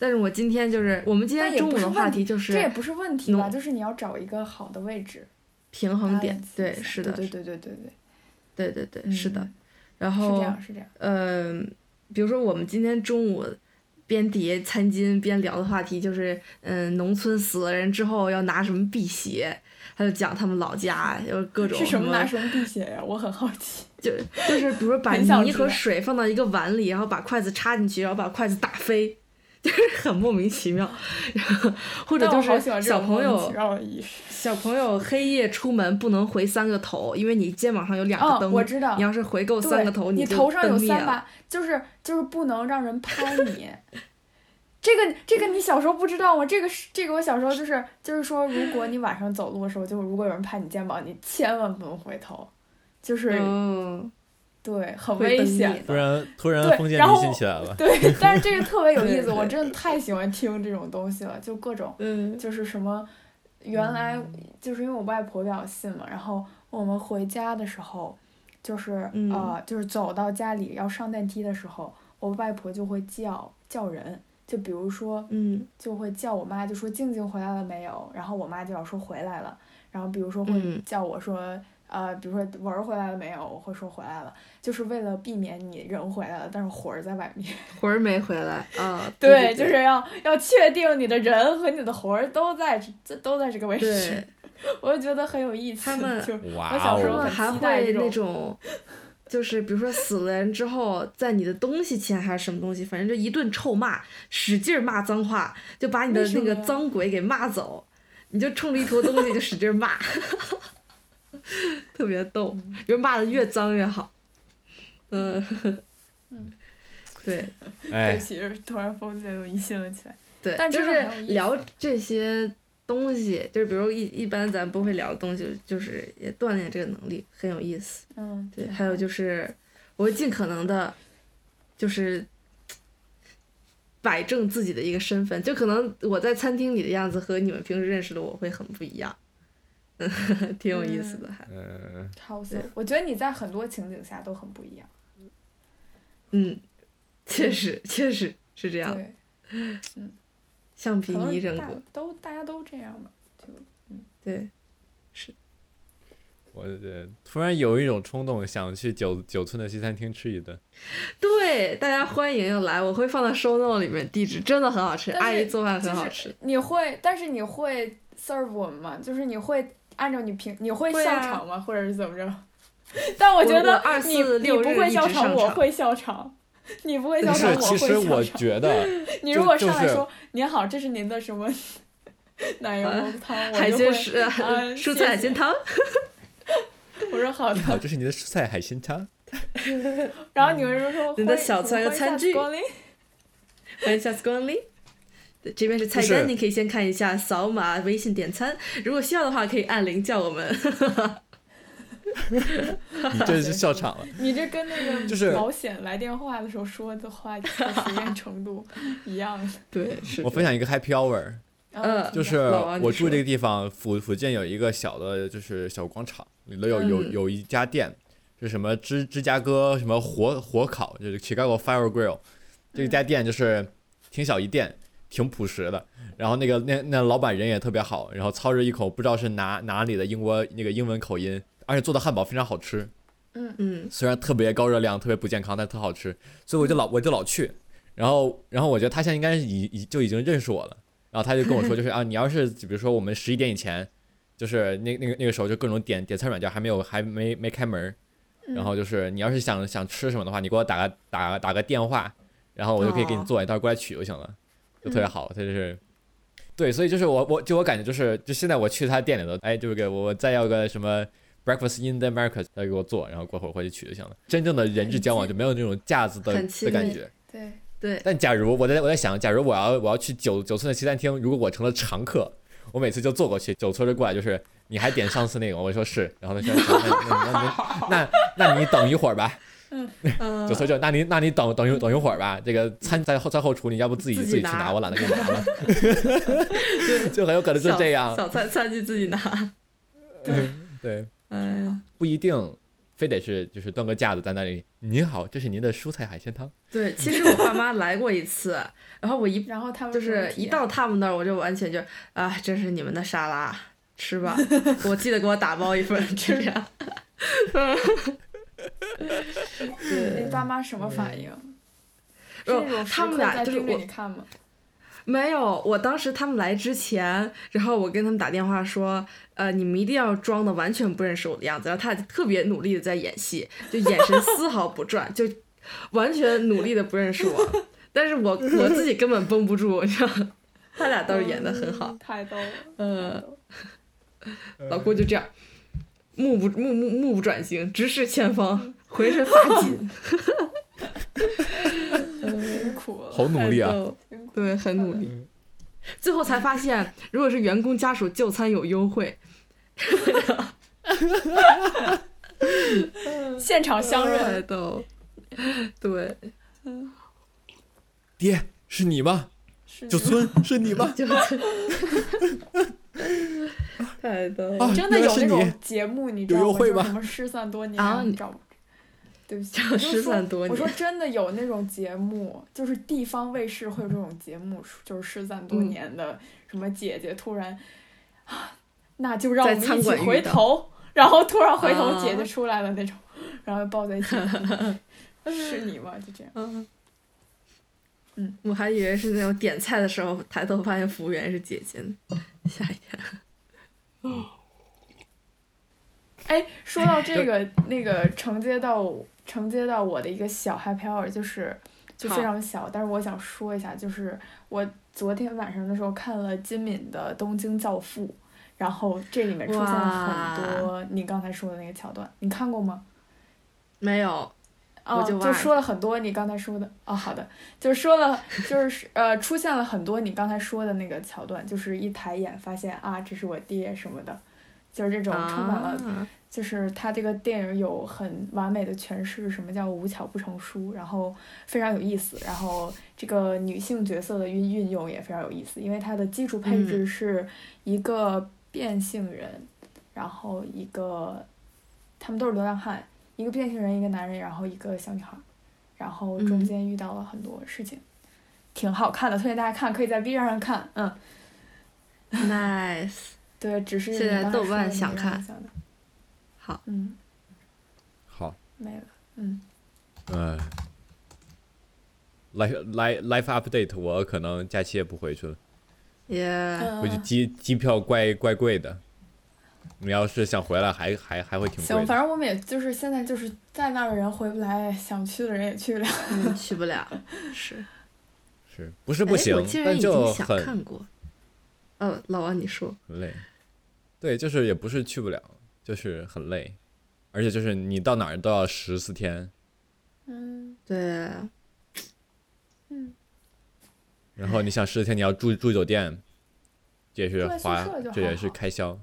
C: 但是我今天就是我们今
D: 但
C: 天
D: 也
C: 中午
D: 不是
C: 的话
D: 问
C: 题就是
D: 这也不是问题吧？
C: 浓
D: 就是你要找一个好的位置，
C: 平衡点
D: balance，
C: 对，
D: 一下
C: 是的，
D: 对对对对对
C: 对对对，
D: 对，
C: 是的。
D: 嗯，
C: 然
D: 是这
C: 后
D: 样是这样，
C: 呃，比如说我们今天中午边叠餐巾边聊的话题就是，嗯、农村死了人之后要拿什么辟邪，他就讲他们老家就是各种
D: 是什
C: 么
D: 么拿什么辟邪呀？我很好奇。
C: 就就是比如说把
D: 很想
C: 泥
D: 知
C: 和
D: 道
C: 水放到一个碗里，然后把筷子插进去，然后把筷子打飞， 就是很莫名其妙，然后或者
D: 但
C: 就
D: 我好
C: 是
D: 喜欢这
C: 小
D: 种莫
C: 朋
D: 名
C: 友
D: 其妙的仪式。
C: 小朋友黑夜出门不能回三个头，因为你肩膀上有两个
D: 哦，
C: 灯，
D: 我知道
C: 你，要是回够
D: 对
C: 三个头，
D: 你
C: 就
D: 头上有
C: 灯灭
D: 三
C: 了
D: 把，就是就是不能让人拍你。 这个这个你小时候不知道吗？这个是这个我小时候就是就是说，如果你晚上走路的时候，就是如果有人拍你肩膀，你千万不能回头，就是、
C: 嗯，
D: 对，很
C: 会
D: 危
C: 蹬
D: 险
C: 地
D: 的
B: 突然突然
D: 对
B: 封建
D: 然
B: 迷
D: 后
B: 信起来了，
D: 对， 但是这个特别有意思，
C: 对
D: 我
C: 对
D: 真的太喜欢听这种东西了，就各种
C: 嗯，
D: 就是什么，原来就是因为我外婆比较信嘛，然后我们回家的时候，就是、
C: 嗯
D: 呃，就是走到家里要上电梯的时候，我外婆就会叫叫人，就比如说
C: 嗯
D: 就会叫我妈，就说静静回来了没有，然后我妈就要说回来了，然后比如说会
C: 嗯
D: 叫我说。呃，比如说文儿回来了没有？我会说回来了，就是为了避免你人回来了，但是魂儿在外面。
C: 魂儿没回来啊。
D: 对，就是要要确定你的人和你的魂儿都在这都在这个位置
C: 对，，
D: 我就觉得很有意思。
C: 他们
D: 就我
B: 哇
D: 小时
C: 他
D: 候
B: 哦
C: 们
D: 很，
C: 还
D: 期待
C: 会
D: 这
C: 那
D: 种
C: 种，就是比如说死了人之后，在你的东西前还是什么东西，反正就一顿臭骂，使劲儿骂脏话，就把你的
D: 为什
C: 那
D: 么
C: 个
D: 呀
C: 脏鬼给骂走，你就冲着一坨东西就使劲儿骂， 特别逗，就是骂的越脏越好。嗯，
D: 嗯
C: 对，
D: 对
B: 哎
D: 不，起，就是突然封建迷信了起来。
C: 对，
D: 但
C: 就
D: 真
C: 是
D: 的很有意思
C: 聊这些东西，就是比如一一般咱不会聊的东西，就是也锻炼这个能力，很有意思。
D: 嗯，
C: 对，还有就是我会尽可能的，就是摆正自己的一个身份，就可能我在餐厅里的样子和你们平时认识的我会很不一样， 嗯，挺有意思的，还
B: 嗯，
D: 超
C: 对
D: 色。我觉得你在很多情景下都很不一样。
C: 嗯，确实确实是这样，
D: 对，
C: 橡皮
D: 可
C: 泥
D: 能
C: 人
D: 大
C: 格，
D: 都大家都这样吧。就
C: 对，
B: 我呃突然有一种冲动，想去九九寸的西餐厅吃一顿。
C: 对，大家欢迎来，我会放到 show note 里面地址，真的很好吃，
D: 但是
C: 阿姨做饭
D: 就
C: 很好
D: 是
C: 吃。
D: 你会，但是你会 serve 我们吗？就是你会按照你平，你会
C: 会
D: 笑
C: 啊
D: 场吗？或者是怎么着？ 但我觉
C: 我
D: 得
C: 二
D: 你
C: 四
D: 你
C: 六
D: 不
C: 日
D: 会
C: 一
D: 笑
C: 直
D: 场，
C: 上
D: 我
C: 场
D: 会笑场。 你不会笑
B: 不
D: 场，
B: 是，其
D: 我
B: 实我
D: 会笑场。
B: 觉得
D: 你
B: 就
D: 如果
B: 就
D: 上来
B: 是
D: 说“您好，这是您的什么 奶油
C: 呃
D: 汤”，我
C: 海
D: 就
C: 鲜
D: 会
C: 是啊
D: 啊
C: 蔬
D: 谢
C: 菜海
D: 谢
C: 鲜汤，
D: 我说好的
B: 你，好，啊这是你的蔬菜海鲜汤。
D: 然后你们就 说
C: 您的
D: 欢
C: 小
D: 请
C: 菜和
D: 欢迎
C: 餐
D: 下次
C: 具
D: 光临
C: 欢迎下次光临。对，这边是菜
B: 就是
C: 单，你可以先看一下，扫码微信点餐。如果需要的话，可以按铃叫我 们。
B: 你这是笑场了。
D: 你这跟那个
B: 就是
D: 保险来电话的时候说的话的熟 练程度一样的。
C: 对，是
B: 我分享一个 happy hour，
C: 呃
D: 嗯，
B: 就
D: 这
B: 是
D: 样
C: 老王你
B: 我住
C: 说
B: 这个地方附附近有一个小的，就是小广场，里头有有
C: 嗯
B: 有一家店，是什么芝芝加哥什么火火烤，就是 Chicago Fire Grill，这
C: 嗯
B: 家店就是挺小一店，挺朴实的。然后那个那那老板人也特别好，然后操着一口不知道是哪哪里的英国那个英文口音，而且做的汉堡非常好吃，
C: 嗯，
B: 虽然特别高热量，特别不健康，但特好吃，所以我就老我就老去，然后然后我觉得他现在应 该是已已就已经认识我了，然后他就跟我说，就是啊，你要是比如说我们十一点以前就是那那个那个时候就各种点点餐软件还没有还没没开门儿，然
C: 嗯
B: 后就是你要是想想吃什么的话，你给我打个打打个电话，然后我就可以给你
C: 哦嗯
B: 做，你到时候过来取就行了，就特别好。它就是，对，所以就是我我就我感觉就是就现在我去他店里头，哎，就是给我再要个什么 breakfast in the America，他就给我做，然后过会儿回去取就行了。真正的人质交往就没有那种架子的
C: 很
B: 的
C: 亲
B: 感
C: 密
B: 觉。
D: 对，
C: 对，
B: 但假如我在我在想，假如我要我要去九九村的西餐厅，如果我成了常客，我每次就坐过去，九村就过来就是。你还点上次那个？我说是，然后他说那那那那那你等一会儿吧，
C: 嗯
B: 就所以就那你那你等等一等一会儿吧，这个餐在后在后厨，你要不自己
C: 自己
B: 己去
C: 拿
B: 拿，我懒得给你拿 了，就很有可能就这样
C: 小，小菜餐具自己 拿。
B: 对，
C: 哎呀，
B: 不一定非得是就是端个架子在那里，您好，这是您的蔬菜海鲜汤，
C: 对，其实我爸妈来过一 次，然后我一
D: 然后他们
C: 就是一到他们那儿，我就完全就啊，这是你们的沙拉，吃 吧。我记得给我打包一份，这样。
D: 嗯你爸妈什么反应？是那种
C: 嗯呃哦他们
D: 时刻
C: 俩
D: 在
C: 就是
D: 盯着
C: 我
D: 你看吗？
C: 没有，我当时他们来之前，然后我跟他们打电话说，呃，你们一定要装的完全不认识我的样子。然后他俩特别努力的在演戏，就眼神丝毫不转，就完全努力的不认识 我。但是我我自己根本绷不住，你知道吗，他俩倒是演的很好
D: 嗯，。太逗了。
C: 呃，老郭就这样，目不目目目不转睛，直视前方，浑身 发紧，
D: 嗯辛苦了。
B: 好努力
C: 太
B: 啊，
C: 逗了对，很努力。最后才发现，如果是员工家属就餐有优惠，
D: 嗯现场相认，
C: 太逗了。 对，
B: 爹是你吗？
D: 是
B: 九村是你吗？
C: 就餐，太逗了。
B: 啊，
D: 真的
B: 原来
D: 有
B: 是
D: 那
B: 你
D: 种节目，你知道
B: 有
D: 吗？
B: 优惠
D: 就是
B: 吗
D: 什么失散多年
C: 啊你
D: 找 不着，对不起，
C: 叫
D: 我就
C: 失
D: 说
C: 散多
D: 我说
C: 年，
D: 真的有那种节目，就是地方卫视会有这种节目，就是失散多
C: 嗯
D: 年的什么姐姐突然，啊，那就让我
C: 在
D: 们
C: 餐
D: 一起
C: 馆遇
D: 回
C: 到
D: 头，然后突然回头
C: 啊
D: 姐姐出来了那种，然后抱在 一起， 是你吗？就这样，
C: 嗯
D: 嗯，
C: 我还以为是那种点菜的时候抬头发现服务员是姐姐呢，吓一跳。
D: 哎，说到这个，那个承接到承接到我的一个小 happy hour，就是就
C: 好
D: 非常小，但是我想说一下，就是我昨天晚上的时候看了金敏的《东京教父》，然后这里面出现了很多你刚才说的那个桥段，你看过吗？
C: 没有，
D: 啊、
C: 我就哦忘
D: 就
C: 了
D: 说了很多你刚才说的哦，好的，就是说了，就是呃，出现了很多你刚才说的那个桥段，就是一抬眼发现啊，这是我爹什么的，就是这种充满了
C: 啊
D: 就是他这个电影有很完美的诠释什么叫无巧不成书，然后非常有意思，然后这个女性角色的运运用也非常有意思，因为它的基础配
C: 嗯
D: 置是一个变性人，然后一个他们都是流浪汉，一个变性人，一个男人，然后一个小女孩，然后中
C: 嗯
D: 间遇到了很多事情，挺好看的，推荐大家看，可以在 B 站上看，嗯，
C: ，nice，
D: 对，只是
C: 现
D: 你
C: 在
D: 刚才
C: 豆
D: 说的
C: 瓣
D: 那个
C: 想
D: 让
C: 看
D: 我想的，
C: 好，
D: 嗯，
B: 好，
D: 没了，嗯。
B: 嗯、来来 life update，我可能假期也不回去了，
C: 也、
B: 回去
D: 嗯
B: 机机票怪怪贵的，你要是想回来还还还会挺贵
D: 行，
B: 的
D: 反，正我们也就是现在就是在那儿的人回不来，想去的人也去不了。
C: 嗯去不了，是。
B: 是不是
C: 哎
B: 不行
C: 我竟？然
B: 但
C: 已
B: 就
C: 经想
B: 很
C: 看过。哦，老王你说，
B: 很累。对，就是也不是去不了，就是很累，而且就是你到哪儿都要十四天，
D: 嗯
C: 对，
D: 嗯，
B: 然后你想十四天你要住住酒店，这也是
D: 住在宿
B: 花
D: 舍就，
B: 这
D: 还
B: 也是
D: 好
B: 开销。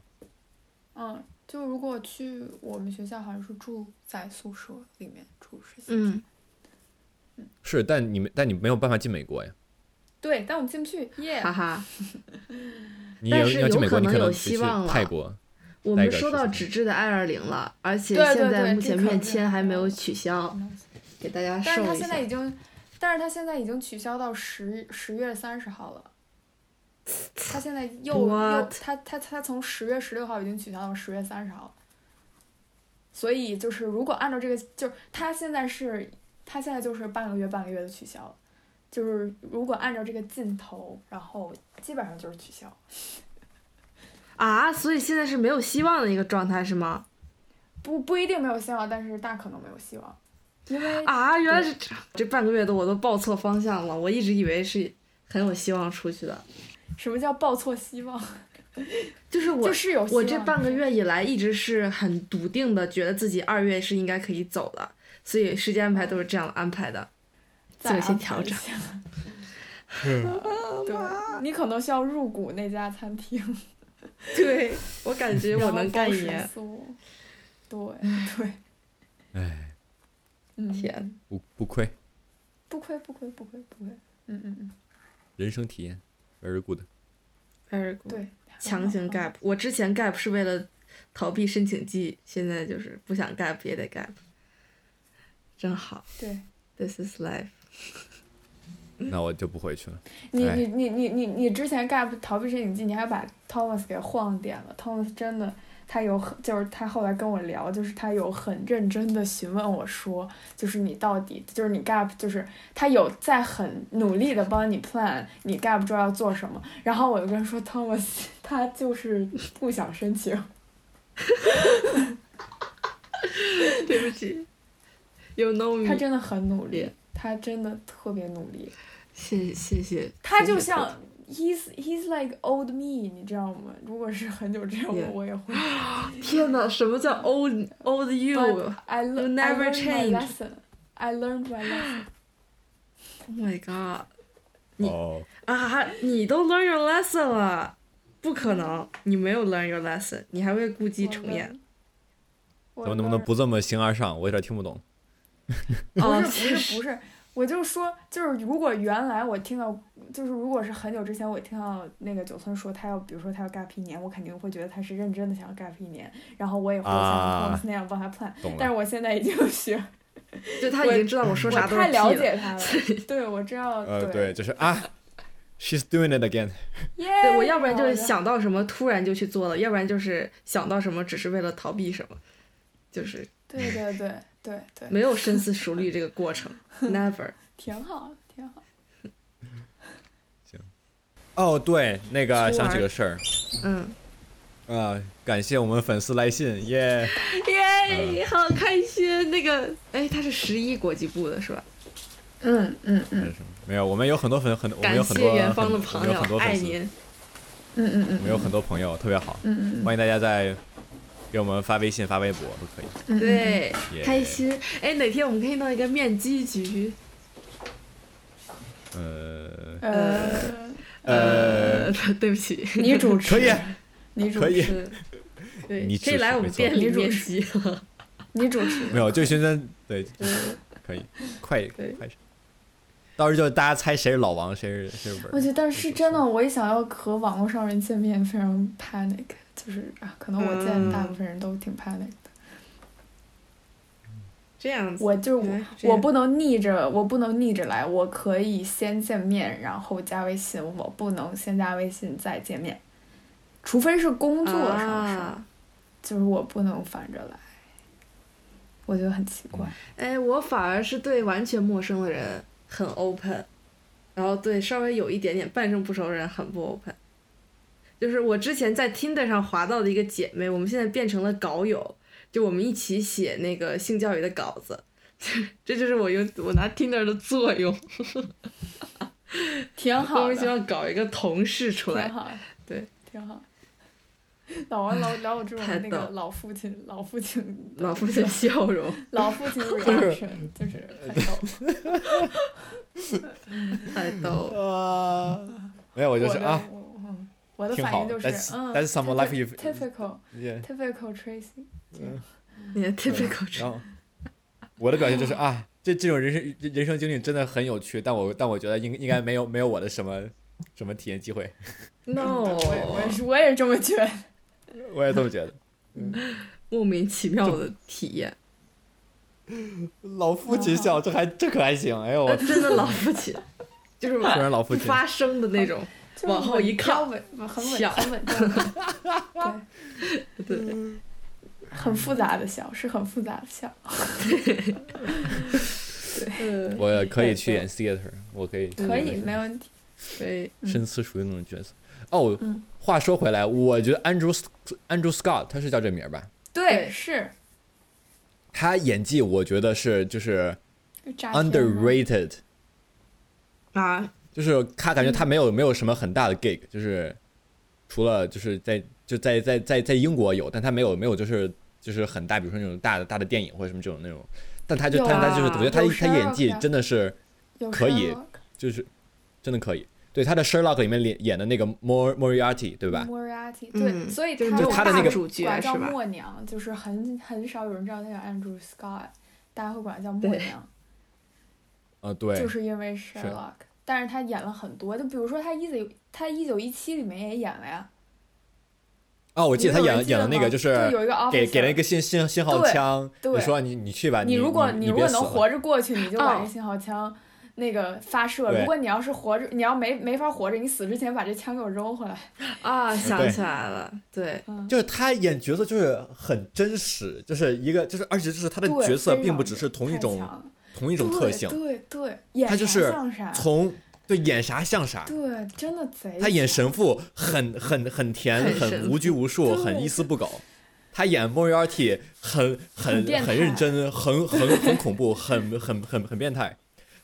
D: 嗯，就如果去我们学校，好像是住在宿舍里面住是。
C: 嗯，
B: 是，但你们但你没有办法进美国呀，
D: 对，但我们进不去，耶、
C: 哈哈。
B: 你
C: 但
B: 要
C: 是
B: 要进
C: 有
B: 美国，
C: 可
B: 你
C: 能
B: 可
C: 有
B: 能得
C: 希
B: 去
C: 望
B: 泰
C: 了
B: 国。
C: 我
B: 那
C: 们
B: 个
C: 收
B: 是
C: 到
B: 什么
C: 纸质的 I 二零了，而且
D: 对对
C: 现
D: 对
C: 在目
D: 这
C: 前
D: 可能
C: 面
D: 是
C: 签还没有取消，给大 家
D: 但
C: 受
D: 是他
C: 一
D: 现在
C: 下
D: 已。经，但是他现在已经取消到十十月三十号了。他现在又又
C: What？
D: 他他他从十月十六号已经取消到十月三十号了，所以就是如果按照这个，就是他现在是，他现在就是半个月半个月的取消了，就是如果按照这个劲头，然后基本上就是取消。
C: 啊，所以现在是没有希望的一个状态是吗？
D: 不不一定没有希望，但是大可能没有希望，因为
C: 啊，原来是这这半个月的我都报错方向了，我一直以为是很有希望出去的，
D: 什么叫抱错希望？
C: 就是我
D: 就是有希
C: 我
D: 望
C: 这半个月以来一直是很笃定的，觉得自己二月是应该可以走的，所以时间安排都是这样安排的。
D: 再
C: 自由性
D: 安排
C: 调
D: 一
C: 整
D: 下。对，啊你可能需要入股那家餐厅，
C: 对，我感觉
D: 然
C: 我
D: 后
C: 能
D: 包
C: 干一
D: 食
C: 年。
D: 宿。对对，
B: 哎，
D: 嗯，
C: 天，
B: 不不亏，
D: 不亏不亏不亏不亏，嗯嗯嗯，
B: 人生体验，very good。
C: very good。
D: 对，
C: 强行
D: 哦
C: gap，我之前 gap 是为了逃避申请季，现在就是不想 gap 也得 gap，真好
D: 对。
C: ，this is life。
B: 那我就不回去了。
D: 你
B: 哎
D: 你你你你你之前 gap 逃避申请季，你还把 Thomas 给晃点了。Thomas 真的，他有很就是他后来跟我聊，就是他有很认真的询问我说，就是你到底就是你 gap 就是他有在很努力的帮你 plan 你 gap 之后要做什么。然后我就跟他说 Thomas 他就是不想申请，
C: 对不起，you know
D: 他
C: me。
D: 真的很努力
C: Yeah.，
D: 他真的特别努力。
C: 谢谢谢。
D: 他
C: 谢谢
D: 就
C: Kurt
D: 像 he's he's like old me，你知道吗？如果是很久之后
C: Yeah.
D: 我也会。
C: 天哪，什么叫 old old you？Oh
D: But I
C: you
D: learn.
C: never
D: I learned
C: change.
D: My lesson. I learned my lesson.
C: Oh my god！你
B: 哦，
C: 啊，你都 learn your lesson 了，不可能，你没有 learn your lesson，你还会故伎
D: 我
C: 重演。
D: 我
B: 咱们能不能
D: learn-
B: 不这么形而上？我有点听不懂。
C: 哦，
D: 不是不是不是，我就说，就是如果原来我听到，就是如果是很久之前我听到那个九村说他要，比如说他要 gap 一年，我肯定会觉得他是认真的想要 gap 一年，然后我也会像
B: 啊
D: Thomas 那样帮他 plan、
B: 懂
D: 但
B: 了。
D: 是我现在已经学，
C: 就他已经知道我说
D: 我
C: 啥都是
D: 太
C: 屁
D: 了
C: 了
D: 解 他了，对我知道，
B: 呃，对，
D: 对，
B: 就是啊，she's doing it again。
D: 对
C: 对我要不然就是想到什么突然就去做了，要不然就是想到什么只是为了逃避什么，就是
D: 对对对对对，
C: 没有深思熟虑这个过 程，never。
D: 挺好挺好，
B: 哦，对，那个
C: 出
B: 想
C: 门
B: 起个事儿，
C: 嗯，
B: 呃，感谢我们粉丝来信，耶、嗯
C: 耶，好开心！那个，哎，他是十一国际部的是吧？
D: 嗯嗯
B: 还是什么？没有，我们有很多粉，很我们有
C: 感
B: 很
C: 谢
B: 多
C: 远方的
B: 很我
C: 朋
B: 们有
C: 友
B: 很多，
C: 爱
B: 粉丝，
C: 您。
D: 嗯嗯嗯
B: 我们有很多朋友，特别好，
D: 嗯嗯
B: 欢迎大家在给我们发微信、发微博都可以。
D: 嗯，
C: 对，
B: 耶
C: 开。心。哎，哪天我们可以弄一个面基局？
B: 呃
D: 呃，
B: 呃，，
C: 对不起，
D: 女主持，
B: 可以，
D: 女主
B: 可以
D: 持，
C: 是对，
B: 你
C: 可
B: 指
C: 以来
B: 出
C: 我
B: 没
C: 们
B: 错
C: 店里
D: 女主
C: 面
D: 持
C: 基。
D: 女主持，
B: 没有，就现在对，
C: 嗯
B: 可以， 快
C: 对
B: 快，到时候就大家猜谁是老王，谁是谁是
D: 我
B: 文
D: 觉
B: 儿。
D: 得，但是真的，我一想要和网络上人见面，非常 panic，就是啊，可能我见大部分人都挺 panic 的。
C: 这样子，
D: 我就是我，
C: 嗯对这
D: 我
C: 样
D: 不能逆着，我不能逆着来，我可以先见面，然后加微信，我不能先加微信再见面，除非是工作上的事儿，
C: 啊
D: 就是我不能反着来，我觉得很奇怪。
C: 哎，我反而是对完全陌生的人很 open，然后对稍微有一点点半生不熟的人很不 open。就是我之前在 Tinder 上滑到的一个姐妹，我们现在变成了稿友，就我们一起写那个性教育的稿子。 这就是我用我拿 Tinder 的作用，
D: 挺
C: 我
D: 好
C: 们
D: 的，
C: 希望搞一个同事出
D: 挺
C: 来。
D: 好的，
C: 对，
D: 挺好。老王老聊我这种
C: 太
D: 那个
C: 逗
D: 老父亲，老父亲的
C: 老
D: 这
C: 夫子的
D: 种
C: 笑容，
D: 老父亲 reaction 就是很逗。
C: 太逗了。
B: 啊，没有，我
D: 我
B: 就是
D: 的
B: 啊，
D: 我，我我的
B: 挺
D: 反
B: 好
D: 应就
B: ，that's
D: 是嗯
B: that's some life you've-
D: typical
B: yeah，
D: typical Tracy，
C: 你的 typical
B: 然后我的表现就是啊，这这种人生人人生经历真的很有趣，但我但我觉得应应该没有没有我的什么什么体验机会，
C: no，
D: 我也我也是我也是这么觉得。
B: 我也这么觉得。
C: 莫名其妙的体验，
B: 老父亲笑，这还这可还行，哎呦，
C: 呃真的老父亲， 就是我
B: 虽然老父
C: 不
B: 亲，
C: 发声的那 种。
D: 就是
C: 往后
D: 稳
C: 一看
D: 比较稳很稳
C: 笑
D: 很稳重的，对，
C: 对，
A: 嗯
D: 很复杂的笑，是很复杂的笑。
C: 嗯，
B: 我可以去
D: 对
B: 演 theater，我可以
D: 可以，
B: 去
D: 没问题。
C: 对，
B: 深思熟虑那种角色。哦，
D: 嗯
B: 话说回来，我觉得 Andrew Sc- Andrew Scott 他是叫这名儿吧？
D: 对，
C: 对
D: 是
B: 他演技我觉得是就是
D: 就诈骗吗
B: underrated，
C: 啊，
B: 就是他感觉他没
D: 嗯
B: 有没有什么很大的 gig，就是除了就是在就在在在在英国有，但他没有没有就是就是很大，比如说那种大的大的电影或者什么这种那种，但他就
D: 有
B: 但他就是
C: 啊
B: 我觉得他
D: 有
B: 他演技
D: Sherlock 啊
B: 真的是
D: 有
B: 可以
D: Sherlock
B: 就是真的可以，对他的 Sherlock 里面演演的那个 Mor Moriarty 对吧？
D: Moriarty，对，
C: 嗯
D: 所以
C: 就是
B: 就
D: 有
B: 他的那个
C: 主角
D: 管
C: 是
D: 叫
C: 吧
D: 默娘，就是很很少有人知道他叫 Andrew Scott，大家会管他叫默
C: 对
D: 娘，
B: 啊，对，
D: 就是因为 Sherlock。但是他演了很多，就比如说他一九他一九一七里面也演了呀。
B: 哦，我记得他
D: 你有
B: 演
D: 人
B: 演的那
D: 吗
B: 个就
D: 就是有一个 officer，
B: 给给了一个信信信号
D: 对
B: 枪，你
D: 对
B: 说你你去吧，
D: 你如果
B: 你
D: 如果
B: 别
D: 能
B: 死了
D: 活着过去，你就把
C: 哦
D: 这信号枪那个发射。
B: 对
D: 如果你要是活着，你要没没法活着，你死之前把这枪给我扔回来。
C: 啊，想
B: 对
C: 起来了，对，
D: 嗯，
B: 就是他演角色就是很真实，就是一个就是，而且就是他的
D: 对
B: 角色
D: 非
B: 并不
D: 常
B: 只是同一
D: 太
B: 种
D: 强了
B: 同一种特
D: 对
B: 性，
D: 对对，演
B: 他就
D: 啥
B: 是
D: 像啥
B: 从对演啥像啥。
D: 对，真的贼。
B: 他演神父很很很甜，
C: 很
B: 很
C: 神
B: 无拘无束，
D: 对
B: 很一丝不苟。他演 Moriarty 很很
D: 很变
B: 很认
D: 态
B: 真，很很很恐怖，很很很很变态。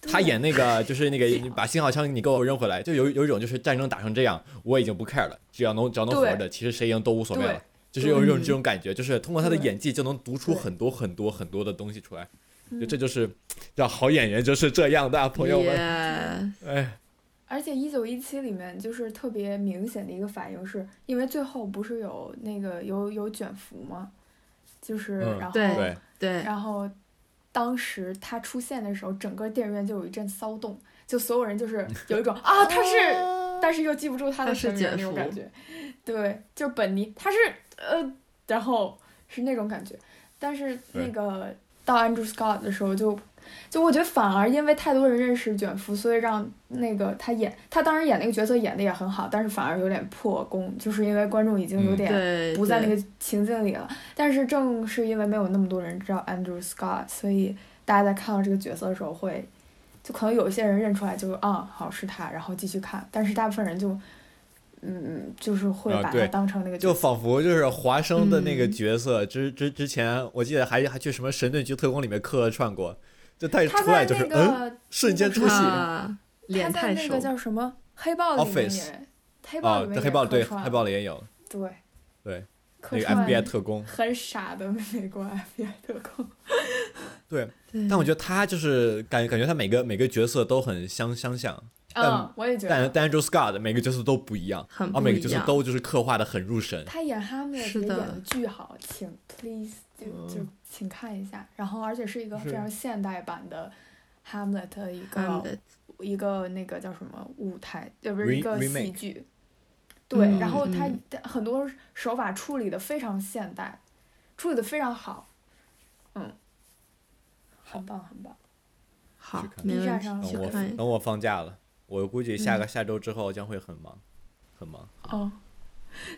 B: 他演那 个就是那个你把信号枪你给我扔回来，就有有一种就是战争打成这样，我已经不 care 了，只要能只要能活
D: 对
B: 着，其实谁赢都无所谓
D: 对
B: 了。就是有一种
C: 嗯
B: 这种感觉，就是通过他的
D: 对
B: 演技就能读出
D: 对
B: 很多很多很多的东西出来。就
D: 嗯
B: 这就是叫好演员就是这样的啊，朋友们。
C: 也
B: 哎，
D: 而且《一九一七》里面就是特别明显的一个反应是，因为最后不是有那个有有卷福吗？就是、
B: 嗯
D: 然后
C: 对
B: 对，
C: 对，
D: 然后当时他出现的时候，整个电影院就有一阵骚动，就所有人就是有 一种啊，他是，但是又记不住他
C: 哦他
D: 的
C: 是
D: 声音那
C: 卷
D: 种
C: 福
D: 感觉。对，就是本尼，他是呃，然后是那种感觉。但是那
B: 对
D: 个到 Andrew Scott 的时候就。就我觉得，反而因为太多人认识卷福，所以让那个他演他当时演那个角色演的也很好，但是反而有点破功，就是因为观众已经
B: 嗯
D: 有点
C: 对，
D: 不在那
C: 对
D: 个情境里了。但是正是因为没有那么多人知道 Andrew Scott，所以大家在看到这个角色的时候会，就可能有一些人认出来就啊、好是他，然后继续看。但是大部分人就，嗯，就是会
B: 啊
D: 把
B: 对
D: 他当成那个角
B: 就
D: 色。
B: 仿佛就是华生的那个
C: 嗯
B: 角色，之之之前我记得还还去什么神盾局特工里面客串过，就他一
D: 他
B: 出来
D: 在
B: 就
D: 那
B: 是
D: 个、
B: 嗯，瞬间出戏。
C: 啊，脸
D: 他
C: 太
D: 在那
C: 熟
D: 个，叫什么黑豹里面
B: Office
D: 也，黑豹
B: 啊，
D: 里面
B: 对
D: 也
B: 黑豹对
D: 客串
B: 黑豹里也有
D: 对
B: 对
D: 客
B: 那个
D: 串
B: FBI 特嗯工，
D: 很傻的美国 FBI 特工，嗯
C: 对
B: 但我觉得他就是感感觉他每个每个角色都很相相像，
D: 嗯，我也觉
B: 但
D: 得
B: 但 Andrew Scott 每个角色都不一样，
C: 很
B: 而
C: 不
B: 每个
C: 一
B: 角色
C: 样，
B: 都就是刻画的很入神。
D: 他演哈姆雷特
C: 是
D: 演
C: 的
D: 的巨好，请 please 就就
B: 嗯
D: 请看一下。然后，而且是一个
B: 是
D: 非常现代版的 Hamlet 的一
C: 嗯
D: 个
C: 对
D: 一个那个叫什么舞台，呃，不
B: Re-
D: 是一个
B: remake
D: 戏剧。对，
C: 嗯
D: 然后他
C: 嗯
D: 他很多手法处理的非常现代，处理的非常好，嗯，很棒很棒。
C: 好
B: 去，看
C: 没
D: B 站
C: 问题
D: 上，
B: 等
D: 去
B: 我
C: 看一下
B: 等我放假了，我估计
D: 嗯
B: 下个下周之后将会很忙，很忙。
D: 哦，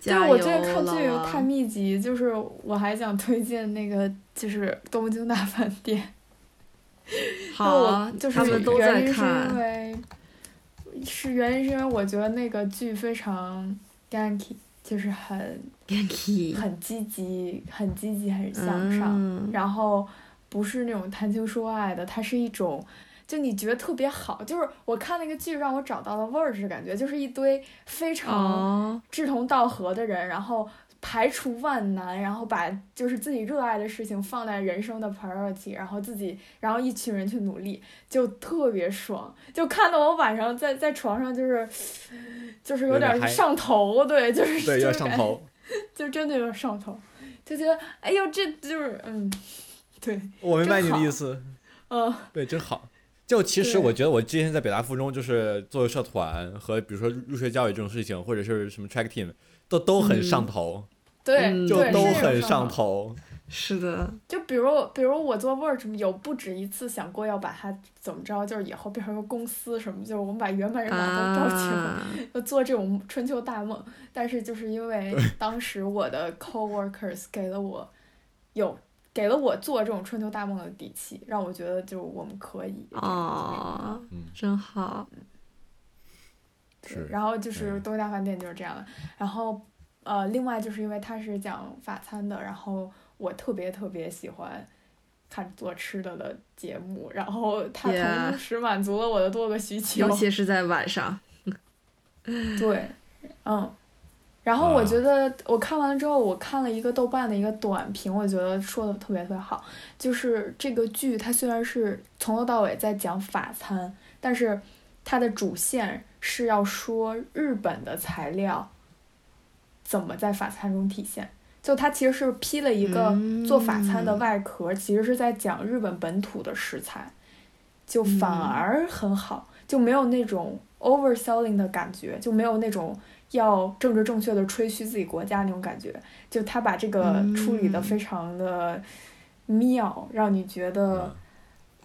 D: 对，
C: 加
D: 我
C: 油
D: 最近看剧
C: 了
D: 太密集，就是我还想推荐那个就是《东京大饭店》。
C: 好啊
D: 我，就是
C: 他们都在
D: 原因是因
C: 看，
D: 为是原因是因为我觉得那个剧非常 ganky，就是很
C: Yankee
D: 很积极、很积极、很向上，
C: 嗯，
D: 然后不是那种谈情说爱的，它是一种。就你觉得特别好，就是我看那个剧让我找到了味儿是感觉，就是一堆非常
C: 哦，
D: 志同道合的人，然后排除万难，然后把就是自己热爱的事情放在人生的 priority，然后自己，然后一群人去努力，就特别爽，就看到我晚上在在床上就是，就是有
B: 有点
D: 点
B: 嗨
D: 上头，对，就是
B: 对，
D: 就
B: 要
D: 是
B: 上
D: 感
B: 头。
D: 就真的有点上头，就觉得哎呦，这就是嗯，对，
B: 我明
D: 真
B: 白你的
D: 好
B: 意思，
D: 嗯
B: 对，真好。就其实
D: 对
B: 我觉得我之前在北大附中就是做社团和比如说入学教育这种事情，或者是什么 track team，都都很上头，
D: 对，
C: 嗯
B: 就
D: 嗯对，
B: 都
D: 是有
B: 很
D: 上
B: 上。头。
C: 是的，
D: 就比如，比如我做 Word 什么，有不止一次想过要把它怎么着，就是以后变成一个公司什么，就是我们把原班人马都招起来，
C: 啊，
D: 就做这种春秋大梦。但是就是因为当时我的 coworkers 给了我有给了我做这种春秋大梦的底气，让我觉得就我们可以。
C: 哦
B: 嗯，
C: 真好，
B: 是
D: 然后就是
B: 嗯
D: 东大饭店就是这样的。然后呃，另外就是因为它是讲法餐的，然后我特别特别喜欢看做吃的的节目，然后它
C: Yeah
D: 同时满足了我的多个需求。
C: 尤其是在晚上。
D: 对，嗯。然后我
B: 啊
D: 觉得我看完了之后，我看了一个豆瓣的一个短评，我觉得说的特别特别好。就是这个剧，它虽然是从头到尾在讲法餐，但是它的主线是要说日本的材料怎么在法餐中体现。就它其实是披了一个做法餐的外壳，其实是在讲日本本土的食材，就反而很好，就没有那种 overselling 的感觉，就没有那种要政治正确的吹嘘自己国家那种感觉。就他把这个处理的非常的妙，让你觉得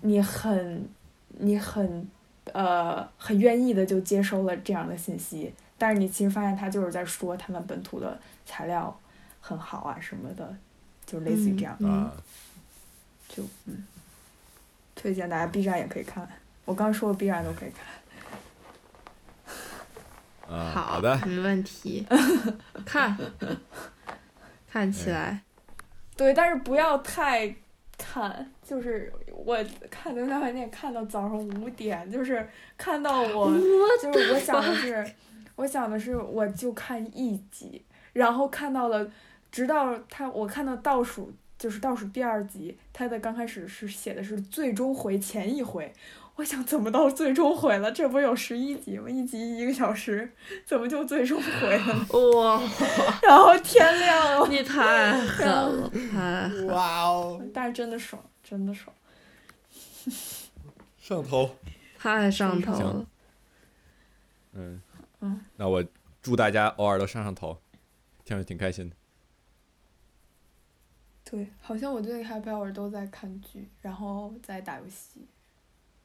B: 嗯
D: 你很你很呃很愿意的就接收了这样的信息，但是你其实发现他就是在说他们本土的材料很好啊什么的，就类似于这样，
C: 嗯，
B: 啊，
D: 就嗯，推荐大家 B 站也可以看，我刚说的 B 站都可以看。嗯
B: 啊
C: 好
B: 好的，
C: 没问 题。看，看起来，
D: 对，但是不要太看，就是我看《流星花园》看到早上五点，就是看到我，
C: 嗯
D: 就是我想的是，我想的是我就看一集，然后看到了，直到他我看到倒数。就是倒数第二集，他的刚开始是写的是最终回前一回，我想怎么到最终回了？这不有十一集吗？一集一个小时，怎么就最终回了呢？
C: 哇，
D: 然后天亮了，
C: 你太狠了，太狠了
B: 哇哦，
D: 但是真的爽，真的爽。
B: 上头，
C: 太上头了
B: 行。嗯
D: 嗯，
B: 那我祝大家偶尔都上上头，听着挺开心的。
D: 对，好像我最近 happy hour 都在看剧，然后在打游戏，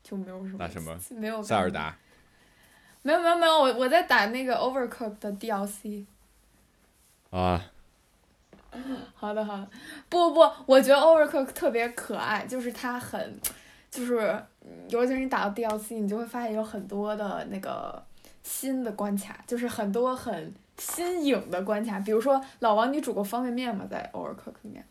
D: 就没有什么
B: 打什么
D: 没有
B: 塞尔
D: 干
B: 达
D: 没有没有没有，我我在打那个 Overcooked 的 DLC。
B: 啊，
D: 好的好的，不不不，我觉得 Overcooked 特别可爱，就是它很，就是尤其是你打到 DLC，你就会发现有很多的那个新的关卡，就是很多很新颖的关卡，比如说老王你煮过方便面吗？在 Overcooked 里面。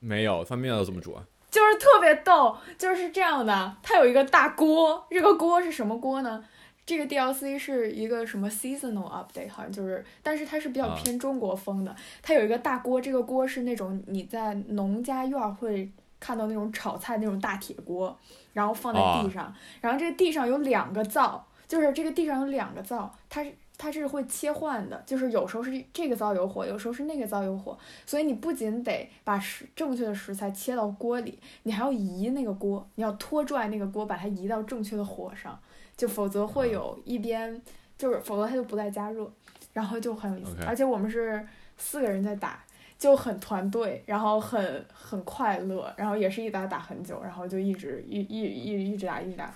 B: 没有，方便面都这么煮啊？
D: 就是特别逗，就是这样的。它有一个大锅，这个锅是什么锅呢？这个 DLC 是一个什么 seasonal update，好像就是，但是它是比较
B: 啊
D: 偏中国风的。它有一个大锅，这个锅是那种你在农家院儿会看到那种炒菜那种大铁锅，然后放在地上，然后这个地上有两个灶，就是这个地上有两个灶，它是。它是会切换的，就是有时候是这个灶有火，有时候是那个灶有火，所以你不仅得把食正确的食材切到锅里，你还要移那个锅，你要拖拽那个锅，把它移到正确的火上，就否则
B: 啊
D: 会有一边就是否则它就不再加热，然后就很有意思。
B: OK
D: 而且我们是四个人在打，就很团队，然后很很快乐，然后也是一打打很久，然后就一直一一一一直打一直打，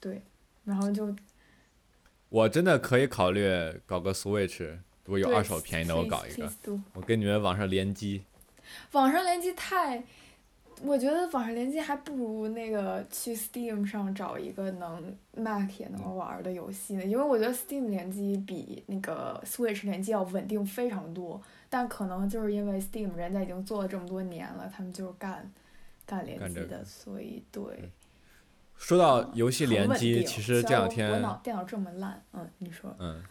D: 对，然后就
B: 我真的可以考虑搞个 Switch，如果有
D: 对
B: 二手便宜的，我搞一
D: please-
B: 个，
D: please do
B: 我跟你们网上联机。
D: 网上联机太，我觉得网上联机还不如那个去 Steam 上找一个能 Mac 也能玩的游戏呢，因为我觉得 Steam 联机比那个 Switch 联机要稳定非常多。但可能就是因为 Steam 人家已经做了这么多年了，他们就是干干联
B: 干
D: 机
B: 这
D: 的，
B: 个
D: 所以对，
B: 说到哦游戏
D: 嗯很
B: 联
D: 稳
B: 机，
D: 定
B: 其实这
D: 虽然
B: 两
D: 我我
B: 天，
D: 脑电脑这么烂，嗯，你说
B: 嗯，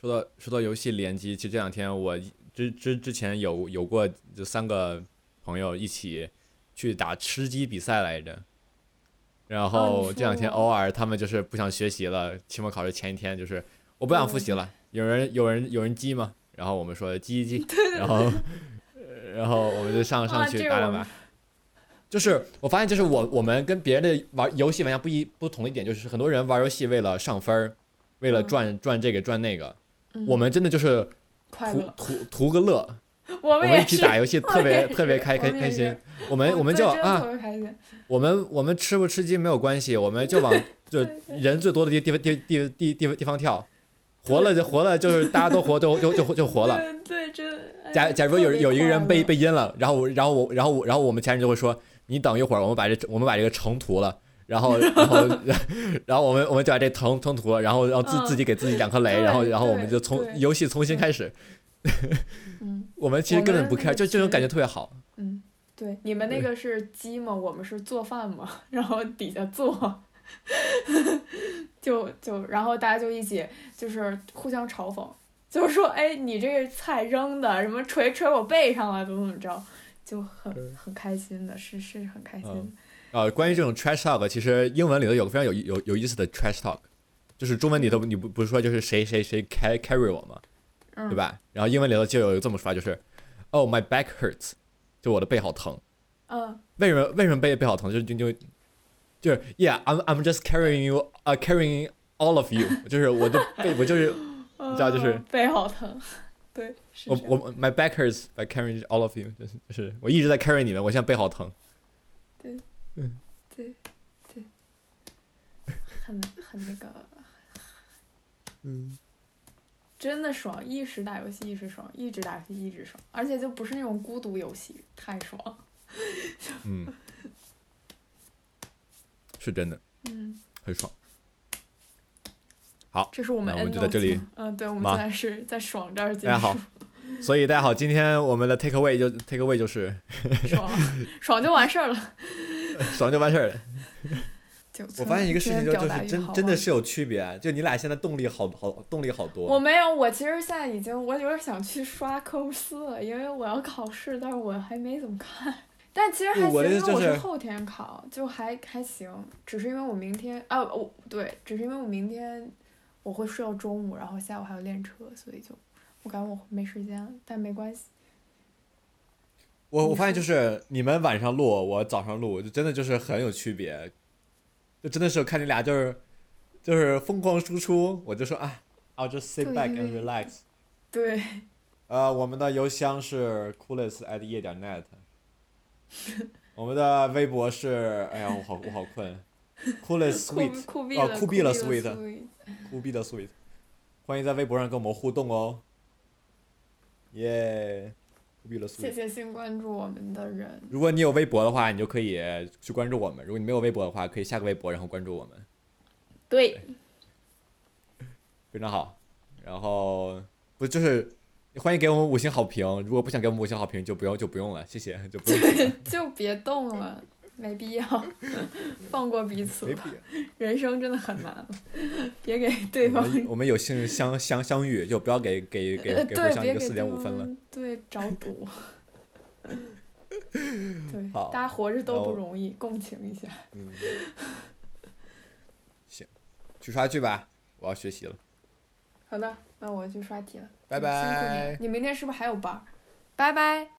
B: 说到说到游戏联机，其实这两天我之之之前有有过这三个朋友一起去打吃鸡比赛来着，然后
D: 哦你
B: 这两
D: 说
B: 天
D: 我
B: 偶尔他们就是不想学习了，期末考试前一天就是我不想复
D: 嗯
B: 习了，有人有人有人鸡吗？然后我们说鸡鸡鸡，然后呃然后我们就上
D: 啊
B: 上去
D: 这个
B: 打两
D: 我
B: 把
D: 们。
B: 就是我发现，就是我我们跟别人的玩游戏玩家不一不同的一点，就是很多人玩游戏为了上分儿，为了
D: 嗯
B: 赚赚这个赚那个，
D: 嗯
B: 我们真的就是
D: 快
B: 图
D: 乐，
B: 图图个乐，
D: 我
B: 我
D: 们
B: 们
D: 也
B: 一起
D: 是
B: 打游戏特
D: 我们
B: 别
D: 也是
B: 特别开开
D: 我们也
B: 开
D: 是
B: 心。我们我们
D: 对
B: 就
D: 真的
B: 啊
D: 特，别开心，
B: 我们我们吃不吃鸡没有关系，我们 就往就人最多的地地地地地地地方跳，活了就活了，就是大家都活就就就就活了。
D: 对对，真的哎
B: 假假如有
D: 特别
B: 有一个人
D: 快
B: 被
D: 乐
B: 被阴了，然后我然后我然后我然后我们其他人就会说，你等一会儿，我们把这我们把这个城屠了，然 后然后 然后我们我们就把这腾腾图了，然后然后
C: 嗯
B: 自自己给自己两颗雷，
D: 对
B: 然后然后我们
D: 对
B: 就从
D: 对
B: 游戏重新开始。
D: 嗯
B: 我们其实根本不
D: 我们那
B: care，
D: 个
B: 就这种
D: 其实
B: 感觉特别好。
D: 嗯，对，你们那个是鸡吗？我们是做饭嘛， 然后底下做， 就就然后大家就一起就是互相嘲讽，就是说，哎，你这个菜扔的什么捶捶我背上了，怎么怎么着，就很很开心的，是是很开心的。
B: 呃，关于这种 trash talk，其实英文里头有个非常有有有意思的 trash talk，就是中文里头你不不是说就是谁谁谁 carry carry 我吗？
D: 嗯
B: 对吧？然后英文里头就有这么说法，就是，Oh my back hurts，就我的背好疼。
D: 嗯
B: 为什么为什么背背好疼？就就就就是 Yeah I'm I'm just carrying you 啊、carrying all of you，就是我的背我 就是
D: 嗯，
B: 知道就是
D: 背好疼，对，是
B: 我
D: 这样
B: 我 my back hurts by carrying all of you，就是就是我一直在 carry 你们，我现在背好疼。
D: 对对，很很那个，
B: 嗯，
D: 真的爽，一时打游戏一时爽，一直打游戏一直爽，而且就不是那种孤独游戏，太爽。
B: 嗯，是真的
D: 嗯，
B: 很爽。
D: 这是我们
B: 那我们
D: end
B: 就在这里
D: notes 吗。嗯，对，我们
B: 吗
D: 现在是在爽这儿结
B: 大家
D: 束
B: 好，所以大家好，今天我们的 take away 就 take away 就是
D: 爽爽就完事儿了。
B: 爽就完事儿了。
D: 九
B: 我
D: 村
B: 发现一个事情
D: 今
B: 就
D: 天表
B: 就
D: 达
B: 是
D: 欲
B: 真
D: 好
B: 真的
D: 旺
B: 是有区别，啊就你俩现在动力好好动力好
D: 我
B: 多。
D: 没有，我其实现在已经我有点想去刷科目四了，因为我要考试，但是我还没怎么看。但其实还行，
B: 我的
D: 因
B: 意
D: 为
B: 思就
D: 我
B: 是
D: 是后天考，就还还行。只是因为我明天啊，我对，只是因为我明天我会睡到中午，然后下午还要练车，所以就我感觉我没时间了，但没关系。
B: 我我
D: 你
B: 发现就
D: 说
B: 是你们晚上录，我早上录，就真的就是很有区别。就真的是看你俩就是就是疯狂输出，我就说啊，I'll just sit
D: 对
B: back
D: 因
B: and
D: 为
B: relax。
D: 对，
B: 呃，我们的邮箱是 coolest at 夜点 net，我们的微博是哎呀，我好我好困，coolest
D: 酷
B: sweet
D: 酷毙
B: 哦
D: 了，
B: 酷毙了
D: 了
B: sweet 酷毙的 sweet，欢迎在微博上跟我们互动哦，耶，酷毙的
D: 谢
B: sweet。
D: 谢新关注我们的人，
B: 如果你有微博的话，你就可以去关注我们；如果你没有微博的话，可以下个微博然后关注我们，
D: 对，
B: 非常好。然后不就是欢迎给我们五星好评，如果不想给我们五星好评就不用就不用了，谢谢就不 用了，
D: 就别动了，没必 要，放过彼此
B: 没
D: 吧
B: 必。要。
D: 人生真的很难了，别给对
B: 我
D: 方
B: 们我们有幸相相相遇，就不要给给给
D: 呃
B: 给互
D: 对，
B: 相一
D: 别
B: 个
D: 给
B: 四
D: 对
B: 点五分 了。
D: 方对找 堵。对，
B: 好
D: 大家活着
B: 那
D: 都不
B: 我
D: 容易，共情一下。
B: 嗯，行，去刷剧吧，我要学习了，
D: 好的，那我去刷题了，
B: 拜
D: 辛苦你了
B: 拜。
D: 你明天是不是还有班儿？拜拜。